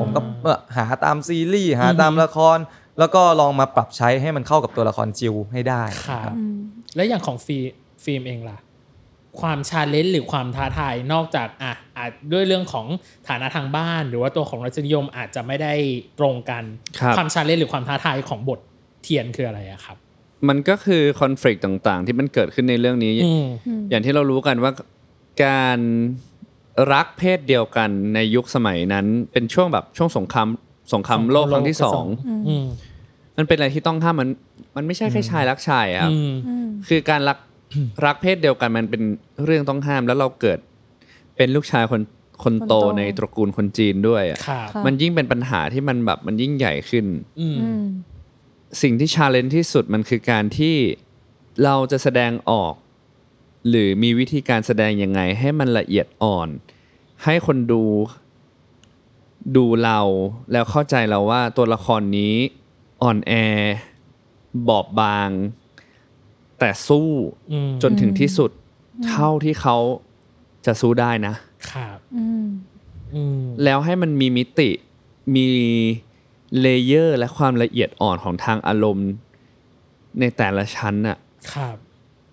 Speaker 5: ผมก็เออหาตามซีรีส์หาตามละคร แล้วก็ลองมาปรับใช้ให้มันเข้ากับตัวละครจิวให้ได้
Speaker 3: ครับแล้วอย่างของฟิล์มฟิล์มเองล่ะ ความชาเลนจ์หรือความท้าทายนอกจากอ่ะอาจด้วยเรื่องของฐานะทางบ้าน หรือว่าตัวของรสนิยมอาจจะไม่ได้ตรงกัน
Speaker 4: ครับ
Speaker 3: ความชาเลนจ์หรือความท้าทายของบทเทียนคืออะไรอะครับ
Speaker 4: มันก็คือคอน FLICT ต่างๆ ที่มันเกิดขึ้นในเรื่องนี้
Speaker 3: อืม
Speaker 4: อย่างที่เรารู้กันว่าการรักเพศเดียวกันในยุคสมัยนั้น เป็นช่วงแบบช่วงสงครามสงครามโลกครั้งที่สอง
Speaker 3: อืม
Speaker 4: มันเป็นอะไรที่ต้องห้ามมันมันไม่ใช่แค่ชายรักชายอะครับ
Speaker 3: อืม
Speaker 4: คือการรักรักเพศเดียวกันมันเป็นเรื่องต้องห้ามแล้วเราเกิดเป็นลูกชายคนคนโต
Speaker 2: คนโต
Speaker 4: ในตระกูลคนจีนด้วยอะ
Speaker 3: ครับ
Speaker 4: มันยิ่งเป็นปัญหาที่มันแบบมันยิ่งใหญ่ขึ้น
Speaker 3: อืม
Speaker 4: สิ่งที่ชาเลนจ์ที่สุดมันคือการที่เราจะแสดงออก หรือมีวิธีการแสดงยังไง ให้มันละเอียดอ่อน ให้คนดูดูเราแล้วเข้าใจเราว่าตัวละครนี้อ่อนแอ บอบบาง แต่สู้
Speaker 3: อืม
Speaker 4: จนถึงที่สุดเท่าที่เขาจะสู้ได้นะ
Speaker 3: ครับ
Speaker 2: อืม
Speaker 3: อืม
Speaker 4: แล้วให้มันมีมิติมีเลเยอร์และความละเอียดอ่อนของทางอารมณ์ในแต่ละชั้นน่ะ
Speaker 3: ครับ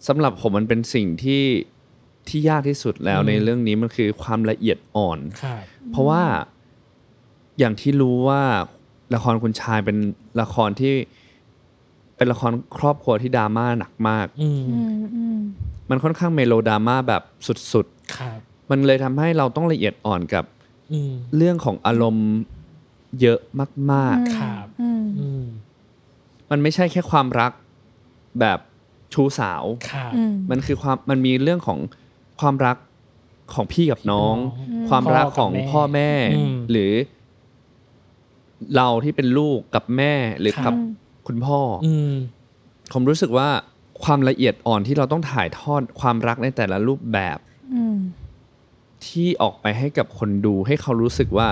Speaker 4: สำหรับผมมันเป็นสิ่งที่ที่ยากที่สุดแล้ว
Speaker 3: อืม
Speaker 4: ในเรื่องนี้มันคือความละเอียดอ่อน
Speaker 3: ครับ
Speaker 4: เพราะว่าอย่างที่รู้ว่าละครคุณชายเป็นละครที่เป็นละครครอบครัวที่ดราม่าหนักมาก
Speaker 3: อืม
Speaker 2: อืม อืม
Speaker 4: มันค่อนข้างเมโลดราม่าแบบสุด
Speaker 3: ครับ
Speaker 4: ๆ มันเลยทำให้เราต้องละเอียดอ่อนกับ
Speaker 3: อืม
Speaker 4: เรื่องของอารมณ์เยอะมาก
Speaker 3: ค
Speaker 4: ๆ
Speaker 3: รับ
Speaker 2: อืม
Speaker 3: อืม
Speaker 4: มันไม่ใช่แค่ความรักแบบชู้สาว
Speaker 3: ครับ
Speaker 2: อืม
Speaker 4: มันคือความมันมีเรื่องของความรักของพี่กับน้อง
Speaker 2: กั
Speaker 3: พี่
Speaker 2: บน้อง
Speaker 4: ความรักของพ่อแม่
Speaker 3: อืม
Speaker 4: หรือ เราที่เป็นลูกกับแม่หรือ
Speaker 3: ครับ
Speaker 4: กับคุณพ่ออ
Speaker 3: อืม
Speaker 4: ผมรู้สึกว่าความละเอียดอ่อนที่เราต้องถ่ายทอดความรักในแต่ละรูปแบบ
Speaker 2: อืม
Speaker 4: ที่ออกไปให้กับคนดู ให้เขารู้สึกว่า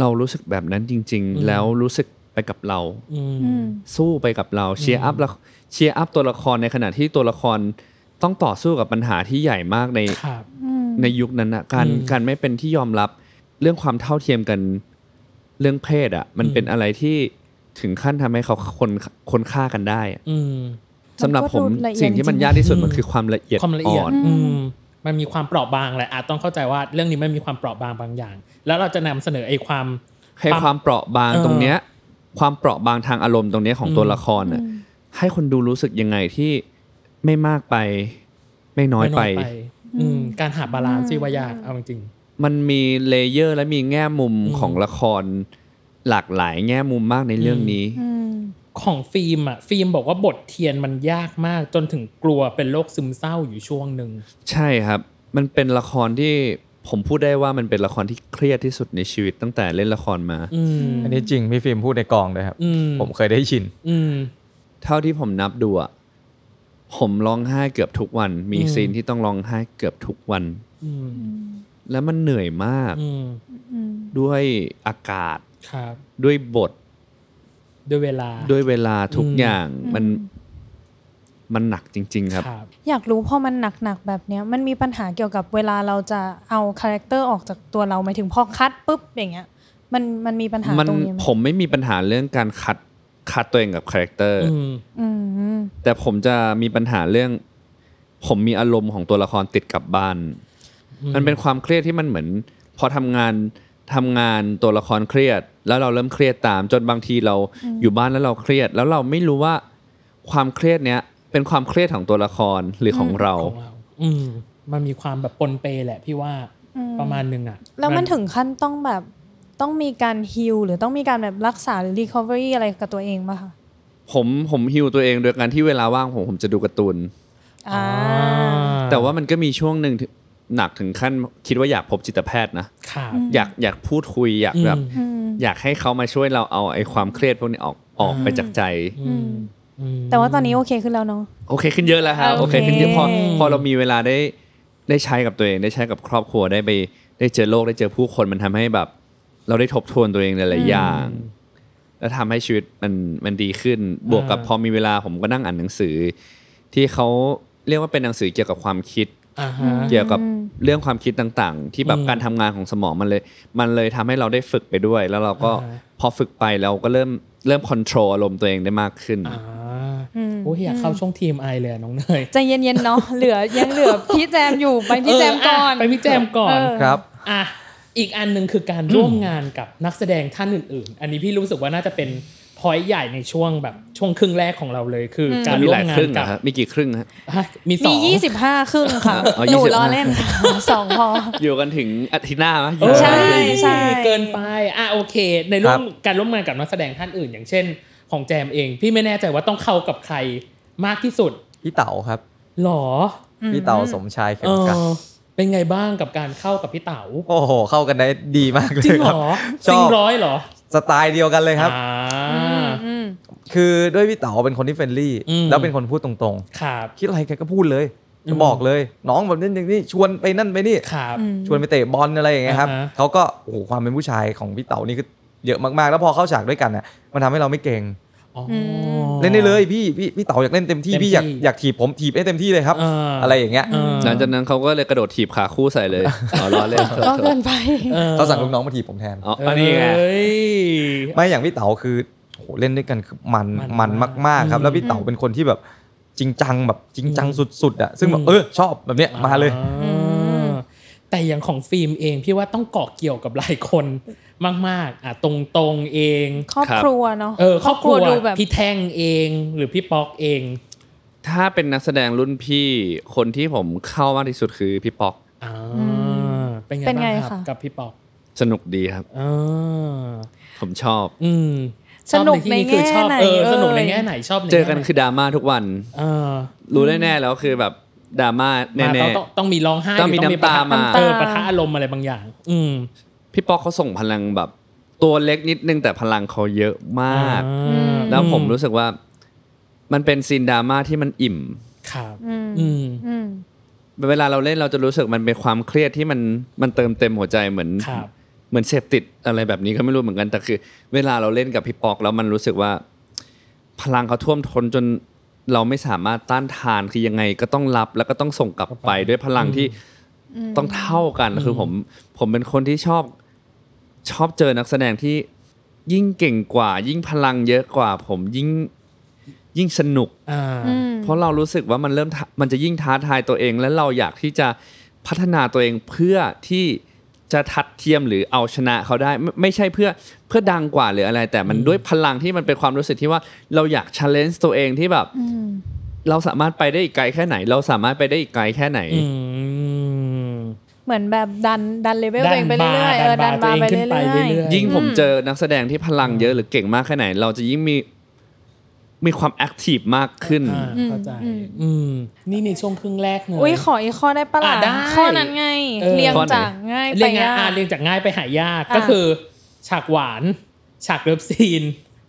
Speaker 4: เรารู้สึกแบบนั้นจริง
Speaker 3: อืม
Speaker 4: ๆ แล้วรู้สึกไปกับเรา
Speaker 3: อื
Speaker 2: อืม
Speaker 3: ม
Speaker 4: สู้ไปกับเราเชียร์อัพละเชียร์อัพตัวละครในขณะที่ตัวละครต้องต่อสู้กับปัญหาที่ใหญ่มากใน
Speaker 3: ครับ
Speaker 4: ในยุคนั้นนะการ
Speaker 3: อืม
Speaker 4: การไม่เป็นที่ยอมรับเรื่องความเท่าเทียมกันเรื่องเพศอ่ะ มัน
Speaker 3: อืม
Speaker 4: เป็นอะไรที่ถึงขั้นทำให้เขาคนคนฆ่ากันได้อะ
Speaker 3: อืม
Speaker 4: สำหรับผม
Speaker 2: มันก็ดูละเอียด
Speaker 4: สิ่งที่มัน
Speaker 2: จริงๆ
Speaker 4: ยากที่สุด
Speaker 3: อืม
Speaker 4: มันคือความละเอียด
Speaker 3: ความละเอียด
Speaker 4: อ่อน
Speaker 3: อืมมันมีความเปราะบางแหละอาจต้องเข้าใจว่าเรื่องนี้มันมีความเปราะบางบางอย่าง แล้วเราจะนำเสนอไอ้ความ
Speaker 4: ให้ความเปราะบาง
Speaker 3: เออ
Speaker 4: ตรงเนี้ย ความเปราะบางทางอารมณ์ตรงเนี้ยของ
Speaker 3: อืม
Speaker 4: ตัวละครน่ะให้คนดูรู้สึกยังไงที่ไม่มากไปไม่น้อยไป
Speaker 3: อืม การหาบาลานซ์ที่ว่ายากเอาจริง
Speaker 4: มันมีเลเยอร์และมีแง่มุม
Speaker 3: อืม
Speaker 4: ของละครหลากหลายแง่มุมมากในเรื่องนี้
Speaker 2: อืม
Speaker 3: ๆของฟิล์มอ่ะฟิล์มบอกว่าบทเทียนมันยากมากจนถึงกลัวเป็นโรคซึมเศร้าอยู่ช่วงหนึ่ง
Speaker 4: ใช่ครับ มันเป็นละครที่ผมพูดได้ว่ามันเป็นละครที่เครียดที่สุดในชีวิตตั้งแต่เล่นละครมา
Speaker 3: อืม
Speaker 5: อันนี้จริงพี่ฟิล์มพูดในกองเลยครับ
Speaker 3: อืม
Speaker 5: ผมเคยได้ชิน
Speaker 3: อืม
Speaker 4: เท่าที่ผมนับดูอะผมร้องไห้เกือบทุกวัน มี
Speaker 3: อืม
Speaker 4: ซีนที่ต้องร้องไห้เกือบทุกวัน
Speaker 3: อืม
Speaker 4: แล้วมันเหนื่อยมาก
Speaker 3: อืม
Speaker 2: อืม
Speaker 4: ด้วยอากาศ
Speaker 3: ครับ
Speaker 4: ด้วยบท
Speaker 3: ด้วยเวลา
Speaker 4: ด้วยเวลาทุก
Speaker 3: อืม
Speaker 4: อย่างมัน
Speaker 2: อื
Speaker 4: มันหนักจริง ๆ ครับ
Speaker 3: ครับ
Speaker 2: อยากรู้พอมันหนักๆแบบเนี้ยมันมีปัญหาเกี่ยวกับเวลาเราจะเอาคาแรคเตอร์ออกจากตัวเราหมายถึงพอคัดปุ๊บอย่างเงี้ย มันมันมีปัญหา
Speaker 4: มัน
Speaker 2: ตรงนี้ไหม
Speaker 4: ผมไม่มีปัญหาเรื่องการคัดคัดตัวเองกับคาแรคเตอร์
Speaker 3: อืม
Speaker 2: อืม
Speaker 4: แต่ผมจะมีปัญหาเรื่อง ผมมีอารมณ์ของตัวละครติดกลับบ้าน
Speaker 3: อืม
Speaker 4: มันเป็นความเครียดที่มันเหมือน พอทำงานทำงานตัวละครเครียด แล้วเราเริ่มเครียดตาม จนบางทีเราอยู่บ้านแล้วเราเครียด แล้วเราไม่รู้ว่าความเครียดเนี้ยเป็นความเครียดของตัวละครหรือของเรา
Speaker 3: ของเราอืม มันมีความแบบปนเปแหละพี่ว่า
Speaker 2: อืม
Speaker 3: ประมาณหนึ่งอ่ะ
Speaker 2: แล้วมันถึงขั้นต้องแบบต้องมีการฮิลหรือต้องมีการแบบรักษาหรือ recovery อะไรกับตัวเองป่ะคะ
Speaker 4: ผมผมฮิวตัวเองโดยการที่เวลาว่างผมผมจะดูการ์ตูน
Speaker 2: อ่า
Speaker 4: แต่ว่ามันก็มีช่วงหนึ่งที่หนักถึงขั้นคิดว่าอยากพบจิตแพทย์นะ
Speaker 3: ครับ
Speaker 4: อยากอยากพูดคุยอยากแบบ
Speaker 3: อืม
Speaker 2: อืม
Speaker 4: อยากให้เขามาช่วยเราเอาไอ้ความเครียดพวกนี้ออก ออกไปจากใจ
Speaker 3: อืมอืม
Speaker 2: แต่ว่าตอนนี้โอเคขึ้นแล้วเนาะ
Speaker 4: โอเคขึ้นเยอะแล้วครับ
Speaker 2: โอ
Speaker 4: โอ
Speaker 2: เค
Speaker 4: เคขึ้นเยอะพอพอเรามีเวลาได้ได้ใช้กับตัวเอง ได้ใช้กับครอบครัวได้ไปได้เจอโลกได้เจอผู้คนมันทำให้แบบ เราได้ทบทวนตัวเองหลายๆอย่าง แล้วทำให้ชีวิตมันมันดีขึ้น บวกกับ
Speaker 3: อ่า
Speaker 4: พอมีเวลาผมก็นั่งอ่านหนังสือ ที่เขาเรียกว่าเป็นหนังสือเกี่ยวกับความคิด
Speaker 3: อ่าฮะ
Speaker 4: เกี่ยวกับเรื่องความคิดต่างๆ ที่แบบ
Speaker 3: อืม
Speaker 4: การทำงานของสมองมันเลย มันเลยทำให้เราได้ฝึกไปด้วย แล้วเราก็
Speaker 3: อ่า
Speaker 4: พอฝึกไปเราก็เริ่มเริ่มค o n t r o l อารมณ์ตัวเองได้มากขึ้น
Speaker 3: อ่า
Speaker 2: อืม
Speaker 3: โอ้ยอยากเข้าช่วงทีมไอเลยอะน้องเนย
Speaker 2: ใจเย็นๆเนาะ เหลือยังเหลือพี่แจมอยู่ไปพี่แจมก่อน
Speaker 3: เะไปพี่แจมก่อน
Speaker 2: เออ
Speaker 5: ครับ
Speaker 3: อ่ะอีกอันหนึ่งคือการร่วมงานกับนักแสดงท่านอื่น ๆ อันนี้พี่รู้สึกว่าน่าจะเป็นพอยต์ใหญ่ในช่วงแบบช่วงครึ่งแรกของเราเลยคืออการ
Speaker 4: มี
Speaker 3: ร่ว
Speaker 4: หลาย
Speaker 3: มงา
Speaker 4: คน รึ่ง
Speaker 3: กับ
Speaker 4: นะครับมีกี่ครึ่งฮะ
Speaker 3: ฮะมีส
Speaker 2: มี
Speaker 3: อง
Speaker 2: ยี่สิบห้าครึ่งค่ะ
Speaker 4: เอา
Speaker 2: หนูรอเล่นค่ะสองพอ
Speaker 4: อยู่กันถึงอาทิตย์หน้าไหม
Speaker 3: เออ
Speaker 2: ใช่ใช่
Speaker 3: เกินไปอ่ะโอเค ในร่วมการร่วมงานกับนักแสดงท่านอื่น อย่างเช่น ของแจมเอง พี่ไม่แน่ใจว่าต้องเข้ากับใครมากที่สุด
Speaker 5: พี่เต๋าครับ
Speaker 3: หรอ
Speaker 5: พี่เต๋าสมชายเข็
Speaker 3: เอ
Speaker 5: ม
Speaker 3: อ
Speaker 5: กัด
Speaker 3: เป็นไงบ้างกับการเข้ากับพี่เต๋า
Speaker 5: โอ้โห เข้ากันได้ดีมากเล
Speaker 3: จริ
Speaker 5: ย
Speaker 3: ง
Speaker 5: ค
Speaker 3: เหร
Speaker 5: รับ
Speaker 3: อ
Speaker 5: ชอบ
Speaker 3: จริงร้อยเหรอ
Speaker 5: สไตล์เดียวกันเลยครับ
Speaker 3: อ่า
Speaker 2: อืม
Speaker 5: คือด้วยพี่เต๋าเป็นคนที่เฟรนลี่
Speaker 3: อืม
Speaker 5: แล้วเป็นคนพูดตรง
Speaker 3: ครับ
Speaker 5: ๆ คิดอะไรแกก็พูดเลย
Speaker 3: อืม
Speaker 5: บอกเลย น้องแบบนั้นอย่างนี้ชวนไปนั่นไปนี่
Speaker 3: ครับ
Speaker 5: ชวนไปเตะบอลอะไรอย่างเงี้ยครับ
Speaker 3: อ่าฮะ
Speaker 5: เขาก็โอ้โหความเป็นผู้ชายของพี่เต๋านี่ก็เยอะมากๆ แล้วพอเข้าฉากด้วยกันน่ะมันทำให้เราไม่เกรง
Speaker 3: อ๋อ
Speaker 5: เล่นได้เลยพี่พี่พี่เต๋าอยากเล่นเต็มที่
Speaker 3: เต็มที่
Speaker 5: พี่อยากอยากถีบผมถีบให้เต็มที่เลยครับ
Speaker 3: อ่า
Speaker 5: อะไรอย่างเงี้ย
Speaker 3: อ่
Speaker 4: หลังจากนั้นเขาก็เลยกระโดดถีบขาคู่ใส่เลย อ๋อล้อเล่น
Speaker 2: ก็เกินไป
Speaker 3: ออ
Speaker 5: เขาสั่งลูกน้องมาถีบผมแทน
Speaker 4: อ๋ออันนี้ไง
Speaker 3: เอ้ย
Speaker 5: ไม่อย่างพี่เต๋าคือโอ้โหเล่นด้วยกันคือมัน
Speaker 3: มั
Speaker 5: มัน น
Speaker 3: มาก
Speaker 5: มากๆครับ แล้วพี่เต๋าเป็นคนที่แบบจริงจังแบบจริงจังสุดๆอ่ะซึ่งแบบเออชอบแบบเนี้ยมาเลย
Speaker 3: อ่าแต่อย่างของฟิล์มเองพี่ว่าต้องเกาะเกี่ยวกับหลายคนมาก ๆ อ่ะตรงตรงๆเอง
Speaker 2: ครอบ
Speaker 4: ครับ
Speaker 2: ครัวเนาะ
Speaker 3: เออครอบครัว
Speaker 2: ดูแบบ
Speaker 3: พี่แท่งเอง หรือพี่ป๊อกเอง
Speaker 4: ถ้าเป็นนักแสดงรุ่นพี่คนที่ผมเข้ามากที่สุดคือพี่ป๊อก
Speaker 3: อ่า
Speaker 2: ม
Speaker 3: เป็นไง
Speaker 2: เป็นไง
Speaker 3: บ้างครับ
Speaker 2: คะ
Speaker 3: กับพี่ป๊อก
Speaker 4: สนุกดีครับ
Speaker 3: อ่า
Speaker 4: ผมชอบ
Speaker 3: อืม
Speaker 2: สนุกในแง่
Speaker 3: ชอบ
Speaker 2: ไหน
Speaker 3: เออสนุกใน
Speaker 2: เอ่ย
Speaker 3: แง่ไหนชอบใแง่ไห
Speaker 4: เจอกันคือดราม่าทุกวัน
Speaker 3: เออ
Speaker 4: รู้แน่ๆแล้วคือแบบดราม่าแน่
Speaker 3: มาต้องต้องมีร้องไห้
Speaker 4: ต้องมี
Speaker 3: หรืปะทะ
Speaker 4: น้ำตามา
Speaker 3: เออปะทะอารมณ์อะไรบางอย่าง อืม
Speaker 4: ๆพี่ป๊อกเขาส่งพลังแบบ ตัวเล็กนิดนึงแต่พลังเขาเยอะมาก
Speaker 3: อ่า
Speaker 4: แล้วผมรู้สึกว่า มันเป็นซีนดราม่าที่มันอิ่ม
Speaker 3: ครับ
Speaker 2: อืม
Speaker 3: อืม
Speaker 2: อืม
Speaker 4: เวลาเราเล่นเราจะรู้สึกมันเป็นความเครียดที่มันมันเติมเต็มหัวใจเหมือน
Speaker 3: ครับ
Speaker 4: เหมือนเสพติดอะไรแบบนี้ก็ไม่รู้เหมือนกันแต่คือ เวลาเราเล่นกับพี่ปอกแล้วมันรู้สึกว่า พลังเขาท่วมท้นจนเราไม่สามารถต้านทานคือยังไงก็ต้องรับแล้วก็ต้องส่งกลับไปด้วยพลังที่ต้องเท่ากันคือผมผมเป็นคนที่ชอบชอบเจอนักแสดงที่ยิ่งเก่งกว่า ยิ่งพลังเยอะกว่า ผมยิ่งยิ่งสนุก
Speaker 3: อ่า
Speaker 4: เพราะเรารู้สึกว่ามันเริ่มทะมันจะยิ่งท้าทายตัวเอง และเราอยากที่จะพัฒนาตัวเองเพื่อที่จะทัดเทียมหรือเอาชนะเขาได้ไม่ไม่ใช่เพื่อเพื่อดังกว่าหรืออะไร แต่มันด้วยพลังที่มันเป็นความรู้สึกที่ว่าเราอยากช l เลน g ์ตัวเองที่แบบเราสามารถไปได้อีกไกลแค่ไหน เราสามารถไปได้อีกไกลแค่ไหน
Speaker 3: อืม
Speaker 2: เหมือนแบบดันดันเลเวลตัวเองไปเรื่อยๆเออดันบาร์ไปเรื่อยๆ
Speaker 4: ยิ่งผมเจอนักแสดงที่พลังเยอะหรือเก่งมากแค่ไหน เราจะยิ่งมีมีความแอคทีฟมากขึ้น
Speaker 3: อ่าเข้าใจ อืม นี่ในช่วงครึ่งแรกเลย
Speaker 2: อุ้ยขออีกข้อได้ปะล่ะ
Speaker 3: อ่ะได้
Speaker 2: ข้อนั้นไง
Speaker 3: เออ
Speaker 2: เรียง
Speaker 4: ข้อไหน
Speaker 2: จากง่าย
Speaker 3: เรี
Speaker 2: ไป
Speaker 3: ยงงาน
Speaker 2: ยา
Speaker 3: อ่าก เรียงจากง่ายไปหายาก
Speaker 2: อ่ะ
Speaker 3: ก็คือ ฉากหวาน ฉากเลิฟซีน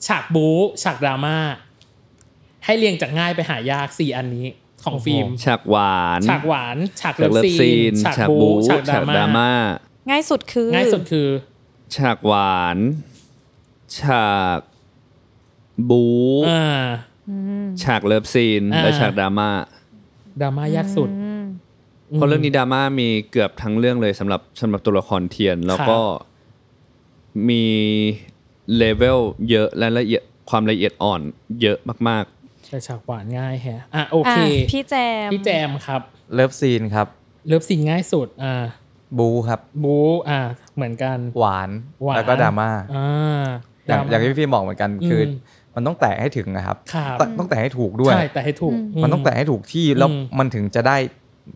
Speaker 3: ฉากบู๊ฉากดราม่า ให้เรียงจากง่ายไปหายากสี่อันนี้ของฟิล์ม
Speaker 4: ฉากหวาน
Speaker 3: ฉากหวาน ฉาก
Speaker 4: ฉา
Speaker 3: เลิ
Speaker 4: ก
Speaker 3: ฟ
Speaker 4: เลิฟ
Speaker 3: ซี
Speaker 4: ซี
Speaker 3: น
Speaker 4: น
Speaker 3: ฉาก
Speaker 4: ฉาก
Speaker 3: บู๊
Speaker 4: บู๊
Speaker 3: ฉากด
Speaker 4: ฉากด
Speaker 3: รา
Speaker 4: รา
Speaker 3: ม่า
Speaker 4: ม่า
Speaker 2: ง่ายสุดคือ
Speaker 3: ง่ายสุดคือ
Speaker 4: ฉากหวาน ฉากบู๊
Speaker 3: อ่า
Speaker 4: ฉากเลิฟซีน
Speaker 3: อ่า
Speaker 4: และฉากดราม่า
Speaker 3: ดราม่ายากสุด
Speaker 4: เพราะเรื่องนี้ดราม่ามีเกือบทั้งเรื่องเลยสำหรับสำหรับตัวละครเทียน แล้วก็มีเลเวลเยอะและละเอียดความละเอียดอ่อนเยอะมาก
Speaker 3: แต่ฉากหวานง่ายแฮะ อ่ะโอ
Speaker 2: อ่ะ
Speaker 3: เค
Speaker 2: พี่แจม
Speaker 3: พี่แจมครับ
Speaker 5: เลิฟซีนครับ
Speaker 3: เลิฟซีนง่ายสุด อ่า
Speaker 5: บูครับ
Speaker 3: บู๊อ่า เหมือนกัน
Speaker 5: หวาน
Speaker 3: หวาน
Speaker 5: แล้วก็ดราม่า
Speaker 3: อ่า
Speaker 5: อย่า
Speaker 3: ดร
Speaker 5: ง
Speaker 3: ม่
Speaker 5: อย่างที่พี่บอกเหมือนกันคืออ
Speaker 3: ม
Speaker 5: มันต้องแตะให้ถึงนะครับ
Speaker 3: ครับ
Speaker 5: ต้องต้องแตะให้ถูกด้วย
Speaker 3: ใช่แต่ให้ถูก
Speaker 5: มันต้องแตะให้ถูกที่แล้ว
Speaker 3: อืม
Speaker 5: มันถึงจะได้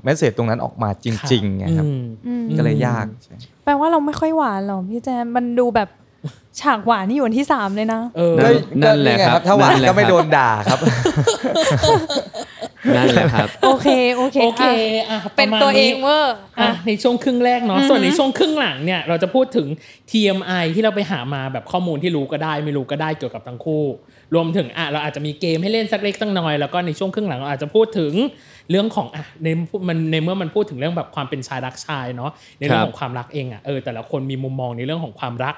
Speaker 5: เมสเซจตรงนั้นออกมาจริงๆนะครับ
Speaker 3: อืม
Speaker 2: อืม
Speaker 5: ก็เลยยากใช่
Speaker 2: แปลว่าเราไม่ค่อยหวานหรอพี่แจม มันดูแบบฉากหวานที่อยู่อันที่สามเลยนะ
Speaker 3: เออ
Speaker 4: นั่นนั่นแหละครับ
Speaker 5: ถ้าหวาน
Speaker 4: นั่นแหละครั
Speaker 5: ก็
Speaker 4: บ
Speaker 5: ไม่โดนด่าครับ
Speaker 4: ๆ นั่นแหละครับ
Speaker 2: โอเค โอเค
Speaker 3: โอเค
Speaker 2: อ่ะ
Speaker 3: อ่ะ
Speaker 2: เป็น
Speaker 3: ระมาณ
Speaker 2: ตัวเองเวอร์
Speaker 3: อ่ะ
Speaker 2: อ่ะ
Speaker 3: ในช่วงครึ่งแรกเนาะส่วนในช่วงครึ่งหลังเนี่ยเราจะพูดถึง TMI ที่เราไปหามาแบบข้อมูลที่รู้ก็ได้ ไม่รู้ก็ได้เกี่ยวกับทั้งคู่ รวมถึงอ่ะเราอาจจะมีเกมให้เล่นสักเล็กสักน้อยแล้วก็ในช่วงครึ่งหลังเราอาจจะพูดถึงเรื่องของอ่ะในมันในเมื่อมันพูดถึงเรื่องแบบความเป็นชายรักชายเนาะในเรื่อง
Speaker 4: ครับ
Speaker 3: ของความรักเองอ่ะเออแต่ละคนมีมุมมองในเรื่องของความรัก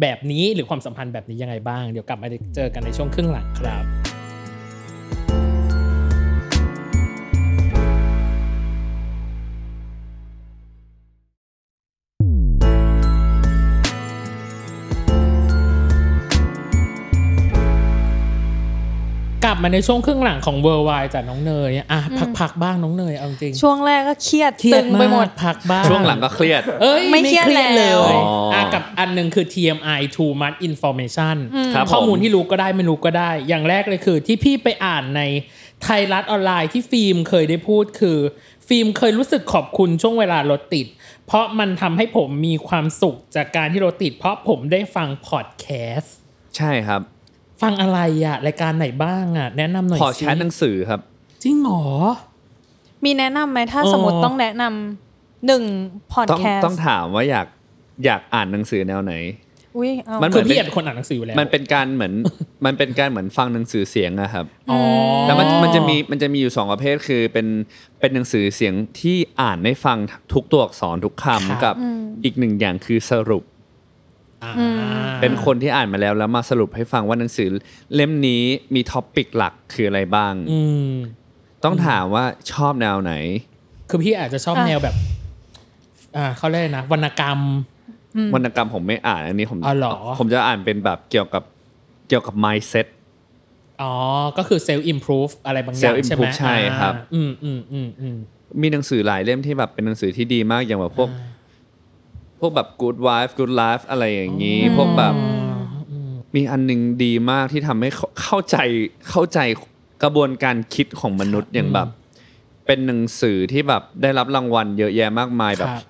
Speaker 3: แบบนี้หรือความสัมพันธ์แบบนี้ยังไงบ้างเดี๋ยวกลับมาเจอกันในช่วงครึ่งหลังครับ กลับมาในช่วงครึ่งหลังของเวอร์ไวจากน้องเนยอ่ะพักๆบ้างน้องเนยเอาจริงๆ
Speaker 2: ช่วงแรกก็เครียด
Speaker 3: เครีย
Speaker 2: ตึ
Speaker 3: ด
Speaker 2: งไปหมด
Speaker 3: ากพักบ้าง
Speaker 4: ช่วงหลังก็เครียด
Speaker 3: เอ้ย
Speaker 2: ไม่
Speaker 3: ไม่เครียด
Speaker 2: เครียดแล้
Speaker 3: เล
Speaker 2: ว
Speaker 3: ย
Speaker 4: อ๋ออ่
Speaker 3: ะกับอันหนึ่งคือ TMI too much information
Speaker 4: ครับผม
Speaker 3: ข้อมูลที่รู้ก็ได้ไม่รู้ก็ได้ อย่างแรกเลยคือที่พี่ไปอ่านในไทยรัฐออนไลน์ที่ฟิล์มเคยได้พูดคือ ฟิล์มเคยรู้สึกขอบคุณช่วงเวลารถติด เพราะมันทำให้ผมมีความสุขจากการที่รถติด เพราะผมได้ฟังพอดแคสต์
Speaker 4: ใช่ครับ
Speaker 3: ฟังอะไรอะรายการไหนบ้างอะแนะนำหน่อย
Speaker 4: พอแช
Speaker 3: สิ
Speaker 4: ทหนังสือครับ
Speaker 3: จริงเหรอ
Speaker 2: มีแนะนำไหมถ้า
Speaker 3: เออ
Speaker 2: สมมติต้องแนะนำหนึ่งพอด
Speaker 4: ต้อง
Speaker 2: แคส
Speaker 4: ต้องถามว่าอยากอยากอ่านหนังสือแนวไหน
Speaker 2: อุ้ยเอาม
Speaker 4: มันเห
Speaker 3: คื
Speaker 4: มื
Speaker 3: อ
Speaker 4: อน
Speaker 3: พี่
Speaker 4: เป็
Speaker 3: เอ็
Speaker 4: น
Speaker 3: ดคนอ่านหนังสืออยู่แล้ว
Speaker 4: มันเป็นการเหมือนมันเป็นการเหมือนฟังหนังสือเสียงอะครับ
Speaker 3: อ๋อ
Speaker 4: แล้วมันมันจะมีมันจะมีอยู่สองประเภทคือเป็นเป็นหนังสือเสียงที่อ่านได้ฟังทุกตัวอักษรทุก
Speaker 3: ครับ
Speaker 4: คำกับอีกหนึ่งอย่างคือสรุป
Speaker 3: อ่า
Speaker 4: เป็นคนที่อ่านมาแล้วแล้วมาสรุปให้ฟังว่าหนังสือเล่มนี้มีท็อปปิกหลักคืออะไรบ้าง
Speaker 3: อืม
Speaker 4: ต้องถามว่าชอบแนวไหน
Speaker 3: คือพี่อาจจะชอบแนวแบบ อ่าเขาเรียกนะวรรณกรรม
Speaker 4: วรรณกรรมผมไม่อ่านอันนี้ผม
Speaker 3: อ๋อเหรอ
Speaker 4: ผมจะอ่านเป็นแบบเกี่ยวกับเกี่ยวกับ mindset
Speaker 3: อ๋อ ก็คือเซลล์อิมพ v ูฟอะไรบางอย่าง
Speaker 4: Self-improve
Speaker 3: ใช่ไหม
Speaker 4: ใช่ครับ
Speaker 3: อ่าอืมอืมอืมอืม
Speaker 4: มีหนังสือหลายเล่มที่แบบเป็นหนังสือที่ดีมากอย่างแบบพวก พวกแบบ good wife good life อะไรอย่างนี้ พวกแบบมีอันหนึงดีมากที่ทำให้เข้าเข้าใจเข้าใจกระบวนการคิดของมนุษย์อย่างแบบ เป็นหนังสือที่แบบได้รับรางวัลเยอะแยะมากมาย
Speaker 3: ค
Speaker 4: แบบ
Speaker 3: รับ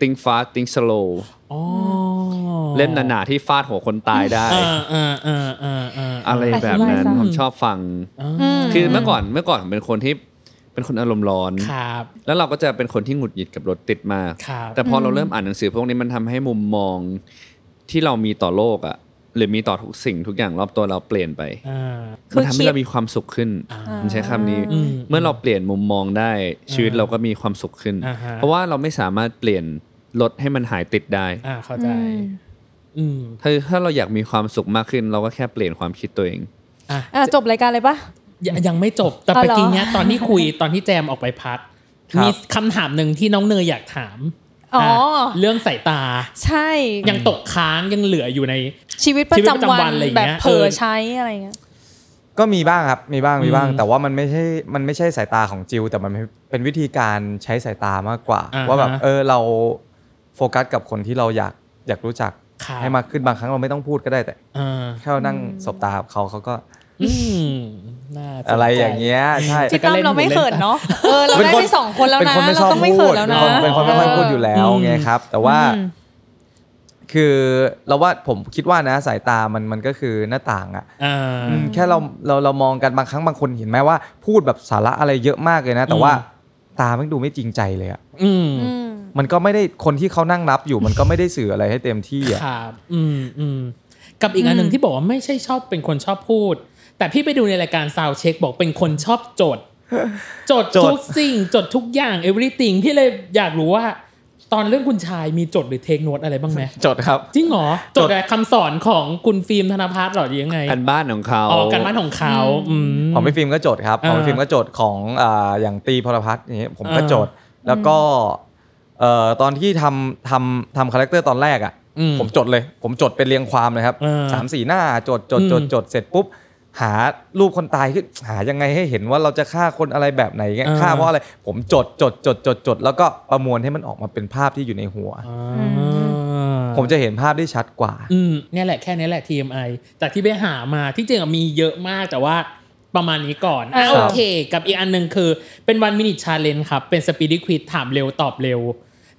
Speaker 4: think fast think slow
Speaker 3: อ๋อ
Speaker 4: เล่มหนาๆที่ฟาดหัวคนตายได้
Speaker 3: อ่าอ่าอ่าอ่าอ่า
Speaker 4: อะไรแบบนั้นผมชอบฟัง
Speaker 2: ม
Speaker 4: คือเมื่อก่อนเมื่อก่อนผมเป็นคนที่เป็นคนอารมณ์ร้อน
Speaker 3: ครับ
Speaker 4: แล้วเราก็จะเป็นคนที่หงุดหงิดกับรถติดมาก
Speaker 3: ครับ
Speaker 4: แต่พอเราเริ่มอ่านหนังสือพวกนี้มันทำให้มุมมองที่เรามีต่อโลกอะหรือมีต่อทุกสิ่งทุกอย่างรอบตัวเราเปลี่ยนไป
Speaker 3: อ่า
Speaker 4: มันทำให้เรามีความสุขขึ้นผมใช้คำนี้
Speaker 3: อืม
Speaker 4: เมื่อเราเปลี่ยนมุมมองได้ชีวิตเราก็มีความสุขขึ้น
Speaker 3: อ่าฮะ
Speaker 4: เพราะว่าเราไม่สามารถเปลี่ยนรถให้มันหายติดได้
Speaker 3: อ่าเข้า
Speaker 2: อื
Speaker 3: ใจ
Speaker 2: ม
Speaker 3: อืม
Speaker 4: ถ้าถ้าเราอยากมีความสุขมากขึ้น เราก็แค่เปลี่ยนความคิดตัวเอง
Speaker 2: อ่ะจบรายการเลยปะ
Speaker 3: ยังยังไม่จบ แต่
Speaker 2: เอา
Speaker 3: ไป
Speaker 2: เหรอ
Speaker 3: กินเนี้ยตอนที่คุยตอนที่แจมออกไปพัก
Speaker 5: ครับ
Speaker 3: มีคำถามหนึ่งที่น้องเนยอยากถาม
Speaker 2: อ๋ออะ
Speaker 3: เรื่องสายตา
Speaker 2: ใช่
Speaker 3: ยังตกค้างยังเหลืออยู่ใน
Speaker 2: ชีวิตประ
Speaker 3: ชีวิตป
Speaker 2: จำ
Speaker 3: ระจำวั
Speaker 2: วัน
Speaker 3: นอะไรอย่าง
Speaker 2: แบ
Speaker 3: เงี้
Speaker 2: บ
Speaker 3: ย
Speaker 2: เผลอ
Speaker 3: เออ
Speaker 2: ใช้อะไรเงี้ย
Speaker 5: ก็มีบ้างครับ มีบ้าง มีบ้าง
Speaker 3: อืม
Speaker 5: แต่ว่ามันไม่ใช่ มันไม่ใช่สายตาของจิว แต่มันเป็นวิธีการใช้สายตามากกว่า
Speaker 3: อ่าฮะ
Speaker 5: ว่าแบบ เออ เราโฟกัสกับคนที่เราอยาก อยากรู้จัก
Speaker 3: ครับ
Speaker 5: ให้มากขึ้น บางครั้งเราไม่ต้องพูดก็ได้แต่
Speaker 3: อ่า
Speaker 5: แค่นั่งสบตากับเขาเขาก็
Speaker 3: อืมน่าสนใจ
Speaker 5: อะไรอย่างเงี้ย ใช่
Speaker 3: แต่
Speaker 2: พี่
Speaker 3: ก็
Speaker 2: ตั้ม
Speaker 3: เล่น
Speaker 2: เราไม่เขินเนาะ เออ เราได้
Speaker 5: เป็นคน
Speaker 2: ไปสองคนแล้ว
Speaker 5: เป็น
Speaker 2: นะ
Speaker 5: คนไม่ช
Speaker 2: เรา
Speaker 5: อบ
Speaker 2: ต้องไม่
Speaker 5: พู
Speaker 2: เขิ
Speaker 5: ด
Speaker 2: นแล้ว
Speaker 5: เป็น
Speaker 2: นะ
Speaker 5: คนเป็นคนไม่ค่อยพูดอยู่แล้ว
Speaker 3: อืม
Speaker 5: ไงครับ แต่ว่า
Speaker 2: อืม
Speaker 5: คือเราว่าผมคิดว่านะสายตามันมันก็คือหน้าต่างอะ
Speaker 3: อ่า
Speaker 5: อืมแค่เราเราเรามองกันบางครั้งบางคนเห็นไหมว่า พูดแบบสาระอะไรเยอะมากเลยนะ แต่
Speaker 3: อืม
Speaker 5: ว่าตามันดูไม่จริงใจเลยอะ
Speaker 3: อืม
Speaker 2: อืม
Speaker 5: มันก็ไม่ได้คนที่เขานั่งรับอยู่ มันก็ไม่ได้สื่ออะไรให้เต็มที่อะ
Speaker 3: ครับอืมอืมกับอีกอันหนึ่งที่บอกว่าไม่ใช่ชอบเป็นคนชอบพูด แต่พี่ไปดูในรายการซาวเช็คบอกเป็นคนชอบจด จดทุกสิ่ง จดทุกอย่าง everything พี่เลยอยากรู้ว่า ตอนเรื่องคุณชายมีจดหรือเทคโนตอะไรบ้างไหม
Speaker 5: จดครับ
Speaker 3: จริงเหรอ จดอะไรคำสอนของคุณฟิล์มธนภัทรหรอหรือยังไง
Speaker 4: อันบ้านของเขา
Speaker 3: ออกกันบ้านของเขาอืม
Speaker 5: ของพี่ฟิล์มก็จดครับของ
Speaker 3: อ่า
Speaker 5: พี่ฟิล์มก็จดของอ่าอย่างตีพลพัฒน์อย่างเงี้ยผมก็
Speaker 3: อ่า
Speaker 5: จด แล้วก็เอ่อตอนที่ทำทำทำคาแรคเตอร์ตอนแรกอะ
Speaker 3: อืม
Speaker 5: ผมจดเลย ผมจดเป็นเรียงความเลยครับ
Speaker 3: เออ
Speaker 5: สามสี่หน้าจดจดจด
Speaker 3: อืม
Speaker 5: จดเสร็จปุ๊บ หารูปคนตายขึ้นหายังไงให้เห็นว่าเราจะฆ่าคนอะไรแบบไหนเงี้ย
Speaker 3: เออ
Speaker 5: ฆ่าเพราะอะไร ผมจดจดจดจดจดแล้วก็ประมวลให้มันออกมาเป็นภาพที่อยู่ในหัว
Speaker 3: อ่า
Speaker 5: ผมจะเห็นภาพได้ชัดกว่า
Speaker 3: อืมเนี่ยแหละแค่นี้แหละ TMI จากที่ไปหามาที่จริงอะมีเยอะมากแต่ว่าประมาณนี้ก่อนอ่ะ
Speaker 2: ครับ
Speaker 3: โอเค กับอีกอันหนึ่งคือเป็นวันมินิชาเลนครับ เป็นสปีดควิดถามเร็วตอบเร็ว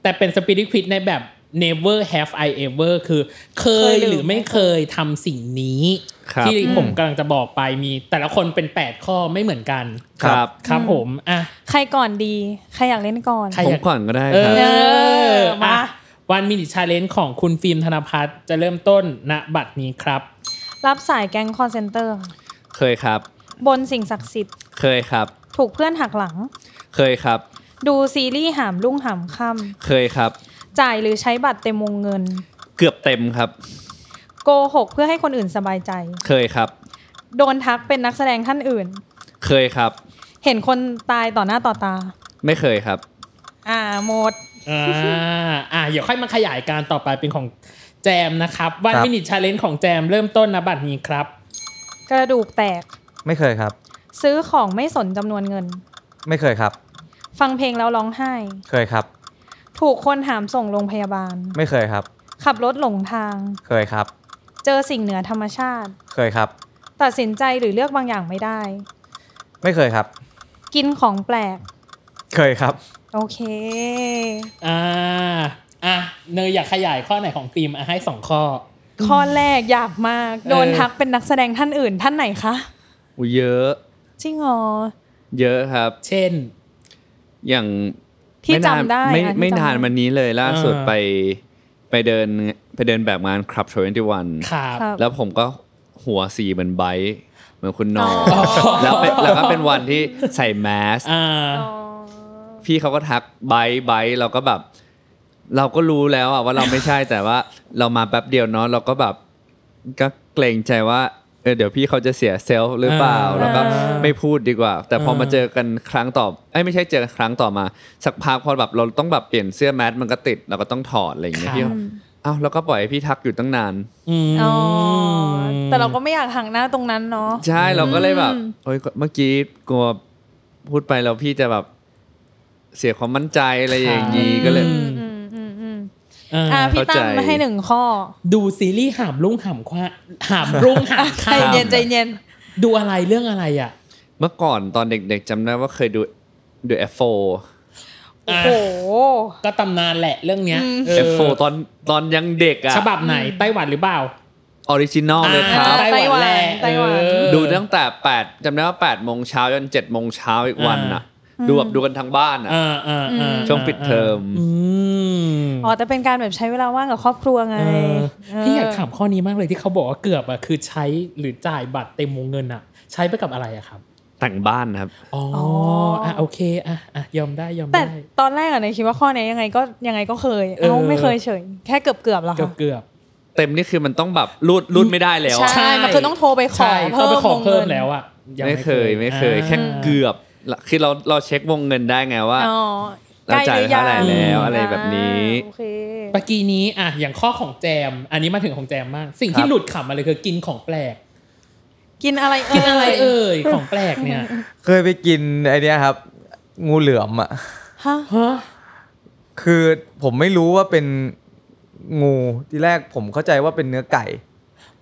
Speaker 3: แต่เป็นสปีดควิดในแบบ never have I ever คือเคยหรือไม่เคยทำสิ่งนี้
Speaker 4: ครับ
Speaker 3: ที่ผมกำลังจะบอกไปมี แต่ละคนเป็น 8 ข้อไม่เหมือนกัน
Speaker 4: ครับ
Speaker 3: ครับผมอ่ะ
Speaker 2: ใครก่อนดี ใครอยากเล่นก่อน
Speaker 3: ใคร
Speaker 4: ผมก่อนก็ได้
Speaker 3: เอ
Speaker 4: ครับ
Speaker 3: อ
Speaker 2: มา
Speaker 3: มาวันมินิชาเลนของคุณฟิล์มธนพัฒน์จะเริ่มต้นณบัตรนี้ครับ
Speaker 2: รับสายแก๊งคอเซนเตอร์
Speaker 4: เคยครับ
Speaker 2: บนสิ่งศักดิ์สิทธิ์
Speaker 4: เคยครับ
Speaker 2: ถูกเพื่อนหักหลัง
Speaker 4: เคยครับ
Speaker 2: ดูซีรีส์หามรุ่งหามค่
Speaker 4: เคยครับ
Speaker 2: ำจ่ายหรือใช้บัตรเต็มวงเงิน
Speaker 4: เกือบเต็มครับ
Speaker 2: โกหกเพื่อให้คนอื่นสบายใจ
Speaker 4: เคยครับ
Speaker 2: โดนทักเป็นนักแสดงท่านอื่น
Speaker 4: เคยครับ
Speaker 2: เห็นคนตายต่อหน้าต่อตา
Speaker 4: ไม่เคยครับ
Speaker 2: อ่าหมด
Speaker 3: อ่าอ่าเดี๋ยวค่อยมาขยายการต่อไปเป็นของแจมนะครับวัน
Speaker 5: ครับ
Speaker 3: มินิชาเลนของแจมเริ่มต้นนะบัตรนี้ครับ
Speaker 2: กระดูกแตก
Speaker 5: ไม่เคยครับ
Speaker 2: ซื้อของไม่สนจำนวนเงิน
Speaker 5: ไม่เคยครับ
Speaker 2: ฟังเพลงแล้วร้องไห้
Speaker 5: เคยครับ
Speaker 2: ถูกคนหามส่งโรงพยาบาล
Speaker 5: ไม่เคยครับ
Speaker 2: ขับรถหลงทาง
Speaker 5: เคยครับ
Speaker 2: เจอสิ่งเหนือธรรมชาติ
Speaker 5: เคยครับ
Speaker 2: ตัดสินใจหรือเลือกบางอย่างไม่ได้
Speaker 5: ไม่เคยครับ
Speaker 2: กินของแปลก
Speaker 5: เคยครับ
Speaker 2: โอเค
Speaker 3: อ่าอ่ะเนยอยากขยายข้อไหนของฟิล์มอ่ะให้สองข้อ
Speaker 2: ข้อแรกอยากมาก โดน
Speaker 3: เออ
Speaker 2: ทักเป็นนักแสดงท่านอื่นท่านไหนคะ
Speaker 4: อุยเยอะ
Speaker 2: จริงเหรอ
Speaker 4: เยอะครับ
Speaker 3: เช่น
Speaker 4: อย่าง
Speaker 2: ที่
Speaker 4: ม่นาน
Speaker 2: จำได้
Speaker 4: ไม่
Speaker 2: อ่ะที่
Speaker 4: ไม่
Speaker 2: จำ
Speaker 4: นาน
Speaker 2: ได้
Speaker 4: มานี้เลยล่าสุด
Speaker 3: อ่า
Speaker 4: ไปไปเดินไปเดินแบบงานครับชวนทีวัน
Speaker 3: ครับ
Speaker 2: ครับ
Speaker 4: แล้วผมก็หัวสีเหมือนไบร์ทเหมือนคุณนอง
Speaker 2: อ๋อ
Speaker 4: แล้วเป็นแล้วก็เป็นวันที่ใส่แมส
Speaker 3: อ่า
Speaker 2: อ๋อ
Speaker 4: พี่เขาก็ทักไบร์ทไบร์ทเราก็แบบ เราก็รู้แล้วอะว่าเราไม่ใช่ แต่ว่าเรามาแป๊บเดียวเนาะเราก็แบบก็เกรงใจว่าเออเดี๋ยวพี่เขาจะเสียเซลล์หรือเปล่า
Speaker 3: อ่า
Speaker 4: แล้วก็ไม่พูดดีกว่า แต่พอมา
Speaker 3: อ่า
Speaker 4: เจอกันครั้งต่อเอ้ยไม่ใช่เจอกันครั้งต่อมา สักพักพอแบบเราต้องแบบเปลี่ยนเสื้อแมสมันก็ติดเราก็ต้องถอดอะไรอย่างเงี้ยพี่เขาเอ้าแล้วก็ปล่อยให้พี่ทักอยู่ตั้งนาน
Speaker 3: อืม
Speaker 2: อ๋อ แต่เราก็ไม่อยากห่างหน้าตรงนั้นเนาะ
Speaker 4: ใช่เราก็เลยแบบ
Speaker 2: อืม
Speaker 4: โอ้ยเมื่อกี้กลัวพูดไปแล้วพี่จะแบบเสียความมั่นใจอะไรอย่างนี้ก็เลย
Speaker 3: อืม
Speaker 2: อืมอืมอืม
Speaker 3: อ่า
Speaker 2: อ่าพี่ตั้ม
Speaker 4: เข้าใจ
Speaker 2: ให้หนึ่งข้อ
Speaker 3: ดูซีรีส์หามรุ่งหามควาหามรุ่งหาม
Speaker 2: ใจ
Speaker 3: ค่
Speaker 2: เย็นใจเย็น
Speaker 3: ำดูอะไรเรื่องอะไรอ่ะ
Speaker 4: เมื่อก่อนตอนเด็กๆจำได้ว่าเคยดูดู F4
Speaker 2: โอ้โห
Speaker 3: ก็ตำนานแหละเรื่องเนี้ย
Speaker 2: อืม
Speaker 3: เออ
Speaker 4: F4 ตอนตอนยังเด็กอะ
Speaker 3: ฉบับไหนไต้หวันหรือเปล่า
Speaker 4: ออริจินอลเลยครับ
Speaker 3: อ่าไต้หวันแหละ
Speaker 2: ไต้หวัน
Speaker 3: เออ
Speaker 4: ดูตั้งแต่ 8จำได้ว่า8โมงเช้าจน7โมงเช้าอีกวันอะดูแบบดูกันทั้งบ้านอะ
Speaker 3: อ่าอ่าอ่า
Speaker 4: ช่วงปิดเทอม
Speaker 3: อืม
Speaker 2: อ๋อแต่เป็นการแบบใช้เวลาว่างกับครอบครัวไง
Speaker 3: เออ
Speaker 2: เออ
Speaker 3: พี่อยากถามข้อนี้มากเลยที่เขาบอกว่าเกือบอะคือใช้หรือจ่ายบัตรเต็มวงเงินอะใช้ไปกับอะไรอะครับ
Speaker 4: แต่งบ้านนะครับ
Speaker 3: อ๋ออ่ะโอเคอ่ะอ่ะยอมได้ยอม
Speaker 2: แต่
Speaker 3: ได้
Speaker 2: ตอนแรกอะเนยคิดว่าข้อนี้ยังไงก็ยังไงก็เคย เอ้า
Speaker 3: เออ
Speaker 2: ไม่เคยเฉย แค่เกือบเกือบๆเหรอ
Speaker 3: เกือบ
Speaker 2: คะ
Speaker 3: เกือบ
Speaker 4: เต็มนี่คือมันต้องแบบรูดรูดไม่ได้แล้วอะ
Speaker 2: ใช่มันคือต้องโทรไปขอ
Speaker 3: ใช่
Speaker 2: เพิ่
Speaker 3: ก็
Speaker 2: ม
Speaker 3: ไปขอ
Speaker 2: วง
Speaker 3: เพิ่
Speaker 2: เงิ
Speaker 3: ม
Speaker 2: น
Speaker 3: แล้วอะยัง
Speaker 4: ไม่เคยไม่เคย แค่เกือบคือเราเราเช็ควงเงินได้ไงว่า
Speaker 2: อ๋อ
Speaker 4: เราจ่ายเท่าไหร่แล้วอะไรแบบนี้
Speaker 2: โอเค
Speaker 3: ปากีนี้อ่ะอย่างข้อของแจม อันนี้มาถึงของแจมมาก สิ่งที่
Speaker 4: ครับ
Speaker 3: หลุดขำมาเลยคือกินของแปลก
Speaker 2: กินอะไรเอ่ย
Speaker 3: กินอะไรเอ่ยของแปลก เนี่ย
Speaker 5: เคยไปกินไอเนี้ยครับ งูเหลือมอ่ะ
Speaker 2: ฮะ
Speaker 3: ฮะ
Speaker 5: คือผมไม่รู้ว่าเป็นงูทีแรกผมเข้าใจว่าเป็นเนื้อไก่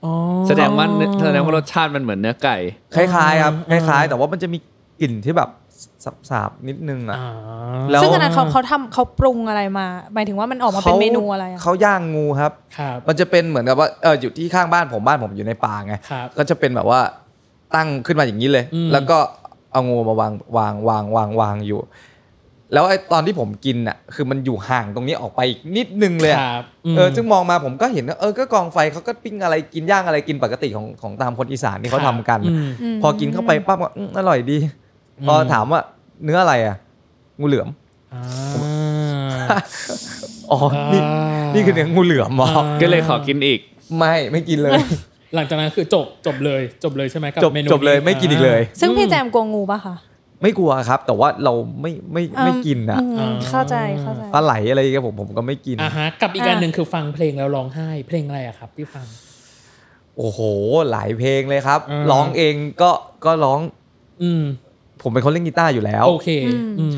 Speaker 3: อ๋อ
Speaker 4: แสดงว่าแสดงว่ารสชาติมันเหมือนเนื้อไก่
Speaker 5: คล้ายๆครับค
Speaker 3: อ่า
Speaker 5: ล้ายๆ แต่ว่ามันจะมีกลิ่นที่แบบสาบๆนิดนึงอ่ะ
Speaker 3: อ่า
Speaker 5: แล้ว
Speaker 2: ซึ่งอันนั้นเขาเขาทำเขาปรุงอะไรมา หมายถึงว่ามันออกมาเป็นเมนูอะไรอะ
Speaker 5: เขาย่างงูครับ
Speaker 3: ครับ
Speaker 5: มันจะเป็นเหมือนกับว่าเอออยู่ที่ข้างบ้านผมบ้านผมอยู่ในป่าไง
Speaker 3: ครับ
Speaker 5: ก็จะเป็นแบบว่าตั้งขึ้นมาอย่างนี้เลย
Speaker 3: อืม
Speaker 5: แล้วก็เอางูมาวางวางวางวางวางอยู่ แล้วไอ้ตอนที่ผมกินน่ะ คือมันอยู่ห่างตรงนี้ออกไปอีกนิดนึงเลย
Speaker 3: ค
Speaker 5: อะ
Speaker 3: รับม
Speaker 5: เออจึงมองมาผมก็เห็นว่าเออก็กองไฟเขาก็ปิ้งอะไรกินย่างอะไรกินปกติของของตามคนอีสานที่เขาทำกัน
Speaker 3: อืม
Speaker 5: พอกินเข้าไปปั๊บก็อืมอร่อยดี พอถามว่าเนื้ออะไรอ่ะงูเหลือม
Speaker 3: อ่า
Speaker 5: อ๋อ นี่นี่คือเนื้องูเหลือมเหรอ
Speaker 4: ก็เลยขอกินอีก
Speaker 5: ไม่ไม่กินเลย
Speaker 3: หลังจากนั้นคือจบจบเลยจบเลยใช่ไหมกับ
Speaker 5: จบ
Speaker 3: เมนู
Speaker 5: จบเลยไม่กินอีกเลย
Speaker 3: า
Speaker 2: ซึ่งพี่แจมกลัวงูปะคะ
Speaker 5: ไม่กลัวครับ แต่ว่าเราไม่ไม่ไม่กินนะ
Speaker 2: อืม
Speaker 3: อ่า
Speaker 2: เข้าใจเข้าใจ
Speaker 5: ปลาไหลอะไรอย่างเงี้ยผมผมก็ไม่กิน
Speaker 3: อ่าฮะกับอีก
Speaker 2: อ่ะ
Speaker 3: อันหนึ่งคือฟังเพลงแล้วร้องไห้ เพลงอะไรอะครับที่ฟัง
Speaker 5: โอ้โห หลายเพลงเลยครับ
Speaker 3: อืม
Speaker 5: ร้องเองก็ก็ร้อง
Speaker 3: อืม
Speaker 5: ผมเป็นคนเล่นกีตาร์อยู่แล้ว
Speaker 3: โอเคอืม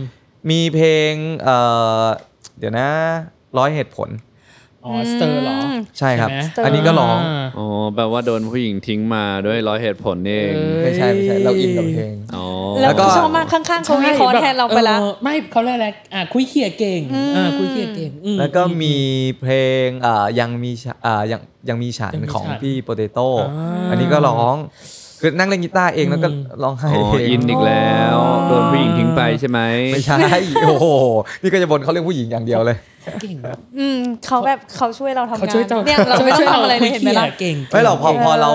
Speaker 5: มีเพลงเอ่อเดี๋ยวนะร้อยเหตุผล
Speaker 3: อ๋อสเตอร์เหรอ
Speaker 2: ม
Speaker 5: ใช่ครับ
Speaker 3: ไหม
Speaker 2: เตอร์
Speaker 5: อันนี้ก็ร้อง
Speaker 3: า
Speaker 4: อ๋อแปลว่าโดนผู้หญิงทิ้งมาด้วยร้อยเหตุผลนี่เอง
Speaker 3: เออ
Speaker 5: ไม่ใช่ไม่ใช่เราอินกับเพลง
Speaker 4: อ๋อ
Speaker 2: แล้ว
Speaker 5: แล้วก็
Speaker 2: ชอบมากข้างๆเขาวิเคราะห์แทนเราไปละ
Speaker 3: ออไม่เขาเรียกอะไรอ่ะคุยเขี่ยเก่ง
Speaker 2: อืม
Speaker 3: อ่าคุยเขี่ยเก่งอื
Speaker 5: แล้วก็มี
Speaker 3: อื
Speaker 5: เพลงเอ่อยังมีฉะเอ่อยังยังมีฉัน
Speaker 3: ยังมี
Speaker 5: ของ
Speaker 3: ฉัน
Speaker 5: พี่โปเตโต้
Speaker 3: อ่า
Speaker 5: อันนี้ก็ร้อง คือนั่งเล่นกีตาร์เองแล้วก็
Speaker 3: อืม
Speaker 5: ร้องไห้
Speaker 4: อ๋อ
Speaker 5: เอง
Speaker 4: อินอีกแล้ว โดนผู้หญิงทิ้งไปใช่ไหม
Speaker 5: ไม่ ใช่ โอ้โหนี่ก็จะบ่นเขาเรื่องผู้หญิงอย่างเดียวเลย
Speaker 3: เก่ง
Speaker 2: อืมเขาแบบเขาช่วยเราทำงาน
Speaker 3: เขาช่วยเจ้า
Speaker 2: เนี่ยเราไม่ต้องทำอะไรเลยเห็นไหมล่ะ
Speaker 3: เก่ง
Speaker 5: ไม่หรอกพอพอ
Speaker 2: เออ
Speaker 5: เรา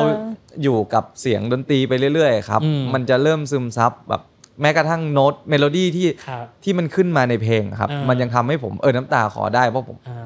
Speaker 5: อยู่กับเสียงดนตรีไปเรื่อยๆครับ
Speaker 3: อืม
Speaker 5: มันจะเริ่มซึมซับแบบแม้กระทั่งโน้ตเมโลดี้ที่
Speaker 3: ครับ
Speaker 5: ที่มันขึ้นมาในเพลงครับ
Speaker 3: อ่ามั
Speaker 5: มันยังทำให้ผมเออน้ำตาขอได้เพราะผม
Speaker 3: อ่า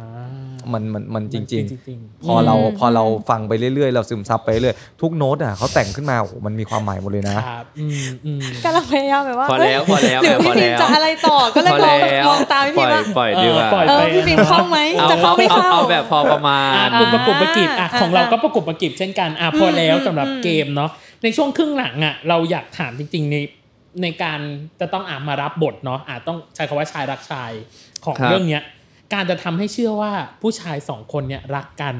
Speaker 5: มันมันมันจริง ๆ
Speaker 3: จริง
Speaker 5: พอเราพอเราฟังไปเรื่อยๆ เราซึมซับไปเรื่อยทุกโน้ตอ่ะเขาแต่งขึ้นมาโอ้โหมันมีความหมายหมดเลยนะ
Speaker 3: ๆ ครับอืมอืม
Speaker 2: กำลังพยายามแบบว่า
Speaker 4: พอแล้วพอแล้ว
Speaker 2: เอ้ยหรือ
Speaker 4: พ
Speaker 2: พี่
Speaker 4: อ
Speaker 2: พิม
Speaker 4: แล้ว
Speaker 2: จะอะไรต่อก็เลย
Speaker 4: พ
Speaker 2: มอง
Speaker 4: แว
Speaker 2: มองตามพี่
Speaker 4: ป
Speaker 2: พิ
Speaker 4: ล่
Speaker 2: ม
Speaker 4: อย
Speaker 2: ว่า
Speaker 4: ปล่อยดีกว่า
Speaker 3: ปล่อย
Speaker 2: เออพี่พิมเข้าไหม
Speaker 4: เอา
Speaker 2: จะเข้าไม่เข้า
Speaker 4: เอาแบบพอประมา
Speaker 3: อ่ะ
Speaker 4: ณ
Speaker 3: กลุ่มประกบประกิบอ่ะ
Speaker 2: อ่า
Speaker 3: ของเรา
Speaker 2: อ่า
Speaker 3: ก็ประกบประกิบเช่นกันอ่ะพออ
Speaker 2: ม
Speaker 3: แล้วสำหรับ
Speaker 2: อืม
Speaker 3: เกมเนาะในช่วงครึ่งหลังอ่ะเราอยากถามจริงๆในในการจะต้องอ่ะมารับบทเนาะอ่ะต้องใช้คำว่าชายรักชายของ
Speaker 4: ครับ
Speaker 3: เรื่องเนี้ย การจะทำให้เชื่อว่าผู้ชายสองคนเนี่ยรักกัน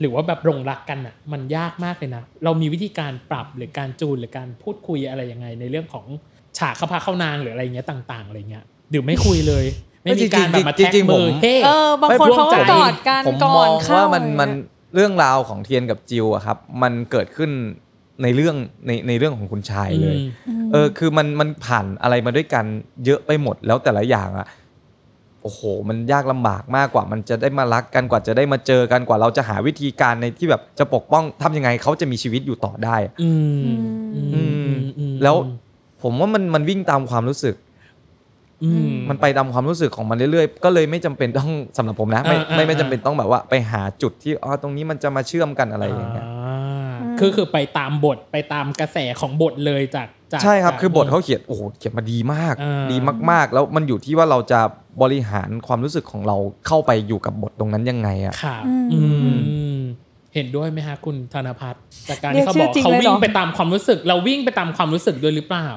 Speaker 3: หรือว่าแบบหลงรักกันอ่ะ มันยากมากเลยนะเรามีวิธีการปรับหรือการจูนหรือการพูดคุยอะไรยังไง ในเรื่องของฉากเข้าพาเข้านางหรืออะไรอย่างเงี้ยต่าง ๆอะไรเงี้ยหรือไม่คุยเลย ไม่มีการแบบมาแท็ก
Speaker 5: จริงๆผม
Speaker 3: มือเฮ้
Speaker 2: เออบางคนเขาก็กอดกัน
Speaker 5: ผม
Speaker 2: ก่
Speaker 5: ม
Speaker 2: อ
Speaker 5: อน ง
Speaker 2: เข้า
Speaker 5: ว่ามันมันเรื่องราวของเทียนกับจิวอะครับ มันเกิดขึ้นในเรื่องในในเรื่องของคุณชายเลย เออคือมันมันผ่านอะไรมาด้วยกันเยอะไปหมดแล้วแต่ละอย่างอะโอ้โห มันยากลำบากมากกว่ามันจะได้มารักกันกว่าจะได้มาเจอกันกว่าเราจะหาวิธีการในที่แบบจะปกป้องทำยังไงเขาจะมีชีวิตอยู่ต่อได้อะ
Speaker 3: อืม
Speaker 5: อืมแล้วผมว่ามันมันวิ่งตามความรู้สึก
Speaker 3: อืม
Speaker 5: มันไปตามความรู้สึกของมันเรื่อยๆ ก็เลยไม่จำเป็นต้องสำหรับผมนะ ไม่
Speaker 3: อ่าอ่า
Speaker 5: ไม่ไม่
Speaker 3: อ่า
Speaker 5: จำเป็นต้องแบบว่าไปหาจุดที่อ๋อตรงนี้มันจะมาเชื่อมกันอะไรอย่างเงี้ย
Speaker 3: อ่าคือคือไปตามบทไปตามกระแสของบทเลยจากจาก
Speaker 5: ใช่ครับ
Speaker 3: จก
Speaker 5: คือบทเขาเขียนโอ้โหเขียนมาดีมาก
Speaker 3: อ่า
Speaker 5: ดีมากๆ แล้วมันอยู่ที่ว่าเราจะบริหารความรู้สึกของเราเข้าไปอยู่กับบทตรงนั้นยังไงอะ
Speaker 3: ครับ
Speaker 2: อืม
Speaker 3: อืมเห็นด้วยไหมฮะคุณธนพัฒน์จากการ
Speaker 2: เรีย
Speaker 3: ที่
Speaker 2: ก
Speaker 3: เขา
Speaker 2: ชื่
Speaker 3: บ
Speaker 2: อ
Speaker 3: อก
Speaker 2: จริง
Speaker 3: เขา
Speaker 2: เลยเหรอ
Speaker 3: วิ่งไปตามความรู้สึก เราวิ่งไปตามความรู้สึกด้วยหรือเปล่า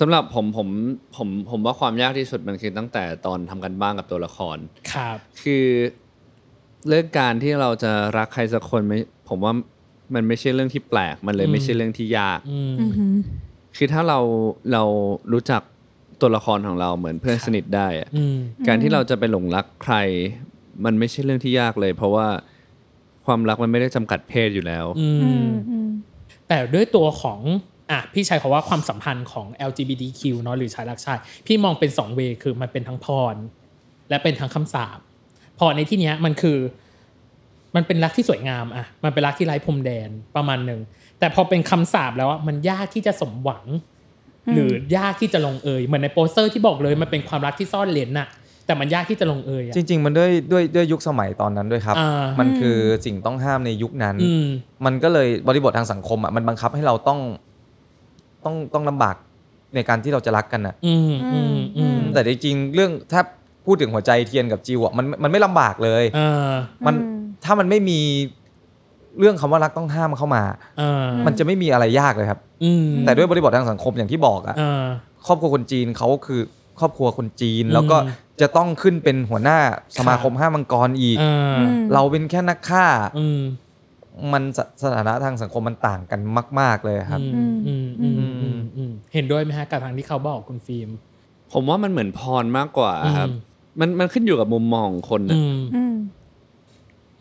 Speaker 4: สำหรับผมผมผมผมว่าความยากที่สุดมันคือตั้งแต่ตอนทำกันบ้านกับตัวละคร
Speaker 3: ครับ
Speaker 4: คือเรื่องการที่เราจะรักใครสักคนไม่ผมว่ามันไม่ใช่เรื่องที่แปลก มันเลยไม่ใช่เรื่องที่ยาก
Speaker 3: อืม
Speaker 4: คือถ้าเราเรารู้จักตัวละครของเราเหมือนเพื่อน
Speaker 3: ครับ
Speaker 4: สนิทได้อะ
Speaker 3: อืม
Speaker 4: การที่เราจะไปหลงรักใคร มันไม่ใช่เรื่องที่ยากเลย เพราะว่าความรักมันไม่ได้จำกัดเพศอยู่แล้ว
Speaker 3: อื
Speaker 2: อื
Speaker 3: ม
Speaker 2: มอืม
Speaker 3: แต่ด้วยตัวของอ่ะพี่ชายเขาว่าความสัมพันธ์ของ LGBTQ เนาะหรือชายรักชาย พี่มองเป็น2เวคือมันเป็นทั้งพร และเป็นทั้งคำสาปพรในที่เนี้ยมันคือ มันเป็นรักที่สวยงามอะมันเป็นรักที่ไร้พรมแดนประมาณหนึ่ง แต่พอเป็นคำสาปแล้วอะมันยากที่จะสมหวัง
Speaker 2: อืม
Speaker 3: หรือยากที่จะลงเอยเหมือนในโปสเตอร์ที่บอกเลยมันเป็นความรักที่ซ่อนเลนน่ะ แต่มันยากที่จะลงเอยอะ
Speaker 5: จริง ๆ มันด้วยด้วยด้วยยุคสมัยตอนนั้นด้วยครับ
Speaker 3: อ่ามั
Speaker 5: มันคือสิ่งต้องห้ามในยุคนั้น
Speaker 3: อืม
Speaker 5: มันก็เลยบริบททางสังคมอ่ะมันบังคับให้เราต้องต้องต้องลำบากในการที่เราจะรักกันอ่ะ
Speaker 3: อืมอืมอืม
Speaker 5: แต่จริงๆเรื่องถ้าพูดถึงหัวใจเทียนกับจิวอ่ะมันมันไม่ลำบากเลย
Speaker 3: อ่า
Speaker 5: มัน
Speaker 2: อืม
Speaker 5: ถ้ามันไม่มีเรื่องคำว่ารักต้องห้ามเข้ามา
Speaker 3: อ่า
Speaker 5: มันจะไม่มีอะไรยากเลยครับ
Speaker 3: อืม
Speaker 5: แต่ด้วยบริบททางสังคมอย่างที่บอกอ่ะ
Speaker 3: อ่า
Speaker 5: ครอบครัวคนจีนเขาคือครอบครัวคนจีน แล้วก็จะต้องขึ้นเป็นหัวหน้าสมาคมห้ามังกรอีก
Speaker 3: อ่า
Speaker 5: เราเป็นแค่นักฆ่า
Speaker 3: อืม
Speaker 5: มันสสถานะทางสังคมมันต่างกันมาก ๆเลยครับ
Speaker 3: อืมอืมอืมอืมอืมเห็นด้วยไหมฮะกับทางที่เขาบอกคุณฟิล์ม
Speaker 4: ผมว่ามันเหมือนพรมากกว่าครับ
Speaker 3: บ
Speaker 4: มันมันขึ้นอยู่กับมุมมองของคนนะ
Speaker 3: อืม
Speaker 2: อืม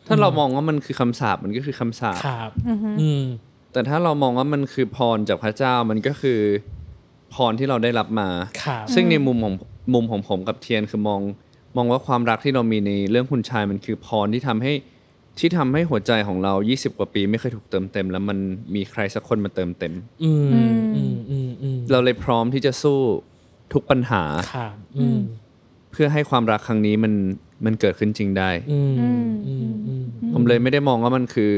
Speaker 4: ถ้าเรามองว่ามันคือคำสาปมันก็คือคำสาป
Speaker 3: ครับ
Speaker 2: อืม
Speaker 3: อืม
Speaker 4: แต่ถ้าเรามองว่ามันคือพรจากพระเจ้ามันก็คือพรที่เราได้รับมา
Speaker 3: ครับ
Speaker 4: ซึ่งในมุมของมุมของผมกับเทียนคือมอง มองว่าความรักที่เรามีในเรื่องคุณชายมันคือพรที่ทำให้ที่ทำให้หัวใจของเรา 20 กว่าปีไม่เคยถูกเติมเต็ม แล้วมันมีใครสักคนมาเติมเต็ม
Speaker 3: อืมอืมอืมอืม
Speaker 4: เราเลยพร้อมที่จะสู้ทุกปัญหา
Speaker 3: ครับอืม
Speaker 4: เพื่อให้ความรักครั้งนี้มันมันเกิดขึ้นจริงได้
Speaker 3: อืมอืมอืม
Speaker 4: ผมเลยไม่ได้มองว่ามันคือ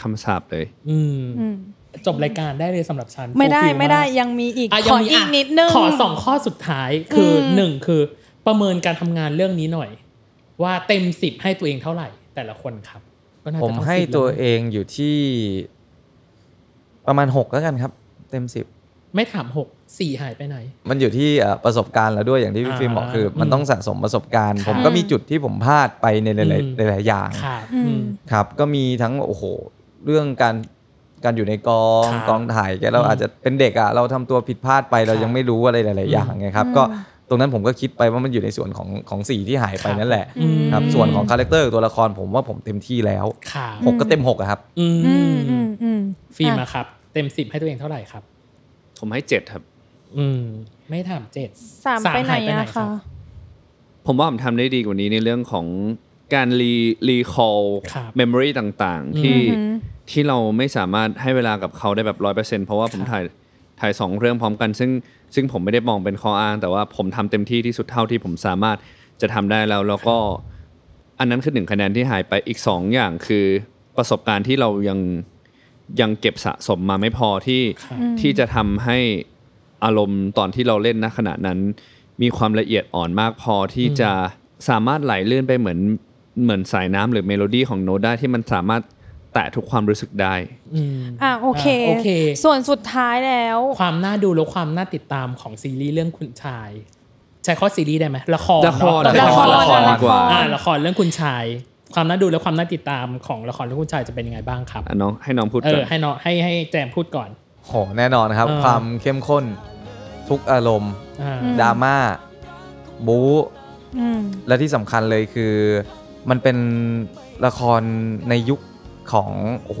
Speaker 4: คำสาปเลย
Speaker 3: อืม
Speaker 2: อืม
Speaker 3: จบรายการได้เลยสำหรับฉัน
Speaker 2: ไม่ได้
Speaker 3: ฟูลฟิลาก
Speaker 2: ไม่ได้ยังมีอีก
Speaker 3: ะ
Speaker 2: ข
Speaker 3: ยัง
Speaker 2: อ
Speaker 3: มี
Speaker 2: อีก
Speaker 3: ะ
Speaker 2: นิดนึง
Speaker 3: ขอสองข้อสุดท้ายคืออ
Speaker 2: ม
Speaker 3: หนึ่งคือประเมินการทำงานเรื่องนี้หน่อย ว่าเต็มสิบให้ตัวเองเท่าไหร่ แต่ละคนครับก็น่าจะ
Speaker 5: ผม
Speaker 3: เท่า
Speaker 5: ให้
Speaker 3: สิบแล้
Speaker 5: ตัว
Speaker 3: นะ
Speaker 5: เองอยู่ที่ประมาณ 6 แล้วกันครับ เต็ม 10
Speaker 3: ไม่ถามหกสี่หายไปไหน
Speaker 5: มันอยู่ที่เอ่อประสบการณ์แล้วด้วยอย่างที่พี่
Speaker 3: อ่า
Speaker 5: ฟิล์มบอกคืออ
Speaker 3: ม
Speaker 5: มันต้องสะสมประสบการณ์
Speaker 3: ค่ะ
Speaker 5: ผมก็มีจุดที่ผมพลาดไปในห
Speaker 3: อืม
Speaker 5: ลายๆหลายๆอย่าง
Speaker 3: ครับ
Speaker 2: อืม
Speaker 5: ครับ ก็มีทั้งโอ้โหเรื่องการการอยู่ในกอง
Speaker 3: ครับ
Speaker 5: กองถ่ายแกเรา
Speaker 3: อืม
Speaker 5: อาจจะเป็นเด็กอ่ะเราทำตัวผิดพลาดไป
Speaker 3: ค
Speaker 5: เรา
Speaker 3: รับ
Speaker 5: ยังไม่รู้อะไรหลาย ๆ อย่างไงครับ
Speaker 2: อืม
Speaker 5: ก็ตรงนั้นผมก็คิดไปว่ามันอยู่ในส่วนของของสีที่หายไป
Speaker 3: ครับ
Speaker 5: นั่นแหละ
Speaker 3: อืม
Speaker 5: ครับส่วนของคาแรคเตอร์ตัวละครผมว่าผมเต็มที่แล้ว
Speaker 3: ครับ
Speaker 5: หกก็เต็มหกอะครับ
Speaker 3: อื
Speaker 2: อืม
Speaker 3: ม
Speaker 2: อืมอืม
Speaker 3: ฟิล์ม
Speaker 2: อ่ะ
Speaker 3: อะครับ เต็มสิบให้ตัวเองเท่าไหร่ครับ
Speaker 4: ผมให้เจ็ดครับ
Speaker 3: อืม ไม่ถามเจ็ด
Speaker 2: สาม
Speaker 3: สาม
Speaker 2: ไปไหน
Speaker 3: หายไปไหน
Speaker 2: อะ
Speaker 3: ครั
Speaker 2: คะ
Speaker 3: บ
Speaker 4: ผมว่าผมทำได้ดีกว่านี้ในเรื่องของการรีรีคอล
Speaker 3: ครับ
Speaker 4: เมมโมรีต่างๆ ที่ที่เราไม่สามารถให้เวลากับเขาได้แบบร้อยเปอร์เซ็นเพราะว่าผมถ่ายถ่ายสองเรื่องพร้อมกัน ซึ่งซึ่งผมไม่ได้มองเป็นข้ออ้าง แต่ว่าผมทำเต็มที่ที่สุดเท่าที่ผมสามารถจะทำได้แล้ว แล้วก็อันนั้นคือหนึ่งคะแนนที่หายไปอีกสองอย่างคือประสบการณ์ที่เรายังยังเก็บสะสมมาไม่พอที่ที่จะทำให้ อารมณ์ตอนที่เราเล่นณขณะนั้น มีความละเอียดอ่อนมากพอที่จะสามารถไหลลื่นไปเหมือนเหมือนสายน้ำหรือเมโลดี้ของโน้ตได้ที่มันสามารถแตะทุกความรู้สึกได้
Speaker 3: อืม
Speaker 2: อ่ะโอเค
Speaker 3: อ่ะโอเค
Speaker 2: ส่วนสุดท้ายแล้ว
Speaker 3: ความน่าดูและความน่าติดตามของซีรีส์เรื่องคุณชาย ใช้ข้อซีรีส์ได้ไหมละคร
Speaker 4: ละคร
Speaker 3: เนอ
Speaker 4: ละคร
Speaker 2: ละคร
Speaker 4: ดีกว่า
Speaker 3: อ่ะละครเรื่องคุณชาย ความน่าดูและความน่าติดตามของละครเรื่องคุณชายจะเป็นยังไงบ้างครับ
Speaker 4: อ่ะน้องให้น้องพูด
Speaker 3: เอ
Speaker 4: ก่อ
Speaker 3: อน ให้น้องให้ให้แจมพูดก่อน
Speaker 5: โหแน่นอนนะครับ
Speaker 3: เออ
Speaker 5: ความเข้มข้น ทุกอารมณ์
Speaker 3: อ่า
Speaker 5: ดราม่าบู๊
Speaker 2: อืม
Speaker 5: และที่สำคัญเลยคือ มันเป็นละครในยุคของโอ้โห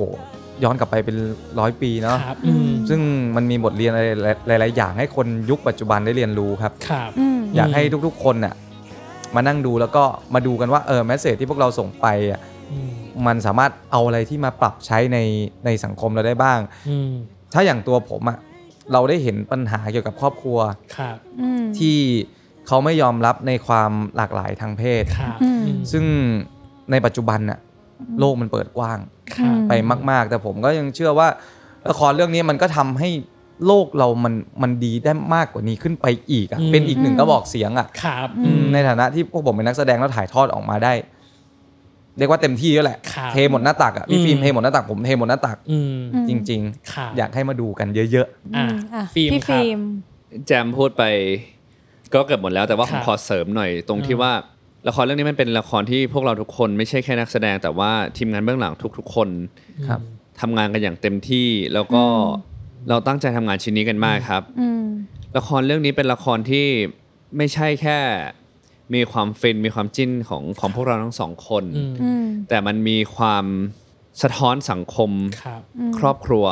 Speaker 5: ย้อนกลับไปเป็นร้อยปีเนาะ
Speaker 3: ครับอืม
Speaker 5: ซึ่งมันมีบทเรียนอะไรหลาย ๆ อย่างให้คนยุคปัจจุบันได้เรียนรู้ครับ
Speaker 3: ครับ
Speaker 2: อืม
Speaker 5: อยากให้ทุกๆ คนน่ะมานั่งดูแล้วก็มาดูกันว่าเออแมสเซจที่พวกเราส่งไปอ่ะ
Speaker 3: อืม
Speaker 5: มันสามารถเอาอะไรที่มาปรับใช้ในในสังคมเราได้บ้าง
Speaker 3: อืม
Speaker 5: ถ้าอย่างตัวผมอ่ะเราได้เห็นปัญหาเกี่ยวกับครอบครัว
Speaker 3: ครับ
Speaker 2: อืม
Speaker 5: ที่เขาไม่ยอมรับในความหลากหลายทางเพศ
Speaker 3: ครับ
Speaker 2: อืม
Speaker 3: อืม
Speaker 5: ซึ่งในปัจจุบันน่ะโลกมันเปิดกว้าง
Speaker 3: ครับ
Speaker 5: ไปมาก ๆ แต่ผมก็ยังเชื่อว่าละครเรื่องนี้มันก็ทำให้โลกเรามันมันดีได้มากกว่านี้ขึ้นไปอีกอะเป็นอีกหนึ่งกระบอกเสียงอ่ะ
Speaker 3: ครับ
Speaker 5: อืมในฐานะที่พวกผมเป็นนักแสดงแล้วถ่ายทอดออกมาได้ เรียกว่าเต็มที่แล้วแหละ
Speaker 3: ครับ
Speaker 5: เทหมดหน้าตักอ่ะพี่
Speaker 3: อืม
Speaker 5: ฟิล์มเทหมดหน้าตักผมเทหมดหน้าตัก
Speaker 3: อืม
Speaker 2: อืม
Speaker 5: จริง
Speaker 3: ครับ
Speaker 5: ๆ อยากให้มาดูกันเยอะ
Speaker 3: อ่ะ
Speaker 2: อ่ะ
Speaker 3: ฟิล์ม
Speaker 2: พี่
Speaker 3: ครับ
Speaker 2: ฟิล์ม
Speaker 4: แจมพูดไปก็เกือบหมดแล้วแต่ว่าผม
Speaker 3: ครับ
Speaker 4: ขอเสริมหน่อยตรงที่ว่าละครเรื่องนี้มันเป็นละครที่พวกเราทุกคนไม่ใช่แค่นักแสดง แต่ว่าทีมงานเบื้องหลังทุก ๆ คน
Speaker 5: ครับ
Speaker 4: ทำงานกันอย่างเต็มที่แล้วก็เราตั้งใจทำงานชิ้นนี้กันมากครับ
Speaker 2: อืม
Speaker 4: ละครเรื่องนี้เป็นละครที่ไม่ใช่แค่มีความฟินมีความจิ้นของของพวกเราทั้งสองคน
Speaker 3: อืม
Speaker 2: อืม
Speaker 4: แต่มันมีความสะท้อนสังคม
Speaker 3: ครับ
Speaker 4: ครอบครัว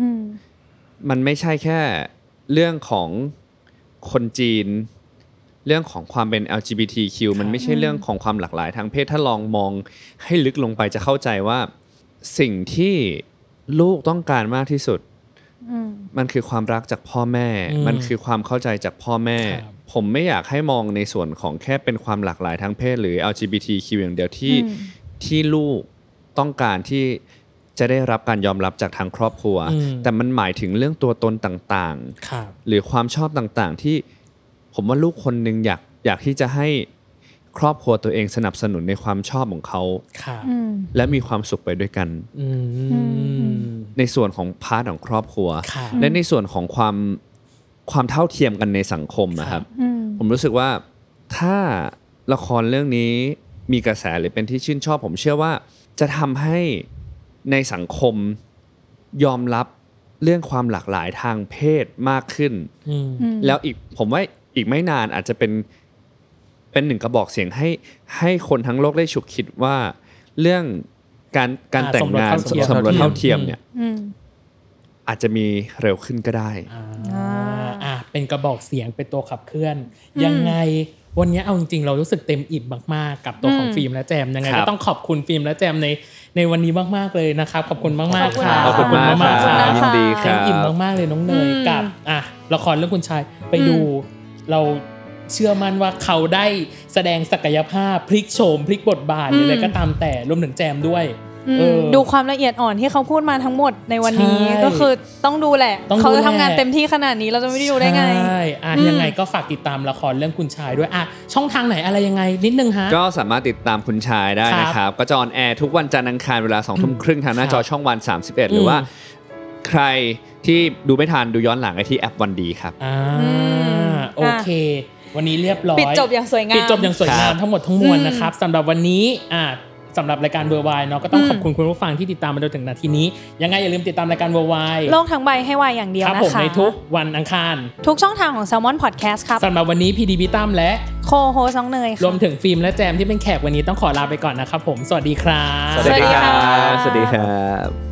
Speaker 2: อืม
Speaker 4: มันไม่ใช่แค่เรื่องของคนจีน เรื่องของความเป็น LGBTQ มันไม่ใช่เรื่องของความหลากหลายทางเพศถ้าลองมองให้ลึกลงไปจะเข้าใจว่าสิ่งที่ลูกต้องการมากที่สุด
Speaker 2: อืม
Speaker 4: มันคือความรักจากพ่อแม่
Speaker 3: อืม
Speaker 4: มันคือความเข้าใจจากพ่อแม่
Speaker 3: ครับ
Speaker 4: ผมไม่อยากให้มองในส่วนของแค่เป็นความหลากหลายทางเพศหรือ LGBTQ อย่างเดียวที่
Speaker 2: อืม
Speaker 4: ที่ลูกต้องการที่จะได้รับการยอมรับจากทางครอบครัว
Speaker 3: อืม
Speaker 4: แต่มันหมายถึงเรื่องตัวตนต่าง
Speaker 3: ครับ
Speaker 4: ๆ หรือความชอบต่างๆ ที่ผมว่าลูกคนหนึ่งอยากอยากที่จะให้ครอบครัวตัวเองสนับสนุนในความชอบของเขา
Speaker 3: ครับ
Speaker 2: อืม
Speaker 4: และมีความสุขไปด้วยกัน
Speaker 3: อืม
Speaker 4: ในส่วนของพาร์ทของครอบครัว
Speaker 3: ครับ
Speaker 4: และในส่วนของความความเท่าเทียมกันในสังคมนะครับ
Speaker 2: อืม
Speaker 4: ผมรู้สึกว่าถ้าละครเรื่องนี้มีกระแสหรือเป็นที่ชื่นชอบ ผมเชื่อว่าจะทำให้ในสังคมยอมรับเรื่องความหลากหลายทางเพศมากขึ้น
Speaker 3: อืม
Speaker 4: แล้วอีกผมว่าอีกไม่นานอาจจะเป็นเป็นหนึ่งกระบอกเสียงให้ให้คนทั้งโลกได้ฉุกคิดว่าเรื่องการการ
Speaker 3: อ่า
Speaker 4: แต่งงาน
Speaker 3: สมรสเท่าเทียม
Speaker 4: สมรสเท่าเทียมเนี่ย
Speaker 2: อืม
Speaker 4: อาจจะมีเร็วขึ้นก็ได้
Speaker 3: อ่าอ่ะเป็นกระบอกเสียงเป็นตัวขับเคลื่อน ยังไงวันนี้เอาจริงๆ เรารู้สึกเต็มอิ่มมากๆ กับตัวของ
Speaker 2: อืม
Speaker 3: ฟิล์มและแจมยังไง
Speaker 4: ครั
Speaker 3: ก็
Speaker 4: บ
Speaker 3: ต้องขอบคุณฟิล์มและแจมในในวันนี้มากๆเลยนะครับขอบคุณมากๆค่ะ
Speaker 4: ขอบคุณมาก
Speaker 3: ขอบ
Speaker 4: ค
Speaker 3: คุ
Speaker 4: รั
Speaker 3: ณ
Speaker 4: บ
Speaker 3: มากๆ
Speaker 4: ยิน
Speaker 3: ค่ะ
Speaker 4: ดีครั
Speaker 3: เต็
Speaker 4: บ
Speaker 3: มอิ่มมากๆเลยน้องเนย
Speaker 2: อืม
Speaker 3: กับอ่ะละครเรื่องคุณชายไปดู เราเชื่อมั่นว่าเขาได้แสดงศักยภาพพลิกโฉมพลิกบทบาทหรืออะไร
Speaker 2: อืม
Speaker 3: ก็ตามแต่รวมถึงแจมด้วย
Speaker 2: อืม
Speaker 3: เออ
Speaker 2: ดูความละเอียดอ่อนที่เขาพูดมาทั้งหมดในวันนี้
Speaker 3: ใช่
Speaker 2: ก็คือต้องดูแหละ
Speaker 3: ต้องดู
Speaker 2: เขาจะทำงาน
Speaker 3: แหละ
Speaker 2: เต็มที่ขนาดนี้เราจะไม่ได้ดูได้ไง
Speaker 3: ใช่อ่ะ
Speaker 2: อืม
Speaker 3: ยังไงก็ฝากติดตามละครเรื่องคุณชายด้วยอ่ะช่องทางไหนอะไรยังไงนิดนึงฮะ
Speaker 4: ก็สามารถติดตามคุณชายได้นะค
Speaker 3: ครั
Speaker 4: รั
Speaker 3: บบ
Speaker 4: ก็จะออนแอร์ทุกวันจันทร์อังคารเวลา2องทุ่มครึ่งทางหน้าจอ
Speaker 3: ครับ
Speaker 4: ช่องวัน 31 หรือว่า
Speaker 3: อืม
Speaker 4: ใครที่ดูไม่ทันดูย้อนหลังได้ที่แอปวันดีครับ
Speaker 3: อ่า
Speaker 2: อืม
Speaker 3: โอเค วันนี้เรียบร้อย
Speaker 2: ปิดจบอย่างสวยงาม
Speaker 3: ปิดจบอย่างสวยงาม
Speaker 4: ครับ
Speaker 3: ทั้งหมดทั้งมวล
Speaker 2: อืม
Speaker 3: นะครับสำหรับวันนี้อ่ะสำหรับรายการเวอร์ไวเนาะก็ต้อง
Speaker 2: อืม
Speaker 3: ขอบคุณคุณผู้ฟังที่ติดตามมาจนถึงนาทีนี้ ยังไงอย่าลืมติดตามรายการเวอร์ไว
Speaker 2: โลกทั้งใบให้วายอย่างเดียว
Speaker 3: ครับ
Speaker 2: นะ
Speaker 3: ผม
Speaker 2: คะ
Speaker 3: ในทุกวันอังคาร
Speaker 2: ทุกช่องทางของ s ซ l m o n Podcast ครับ
Speaker 3: สำหรับวันนี้พีดีพิตั้มและ
Speaker 2: โคโฮซองเนยค่ะ
Speaker 3: รวมถึงฟิล์มและแจมที่เป็นแขกวันนี้ต้องขอลาไปก่อนนะครับผมสวัสดีครับ
Speaker 2: สวัสดีครับ
Speaker 4: สวัสดีครับ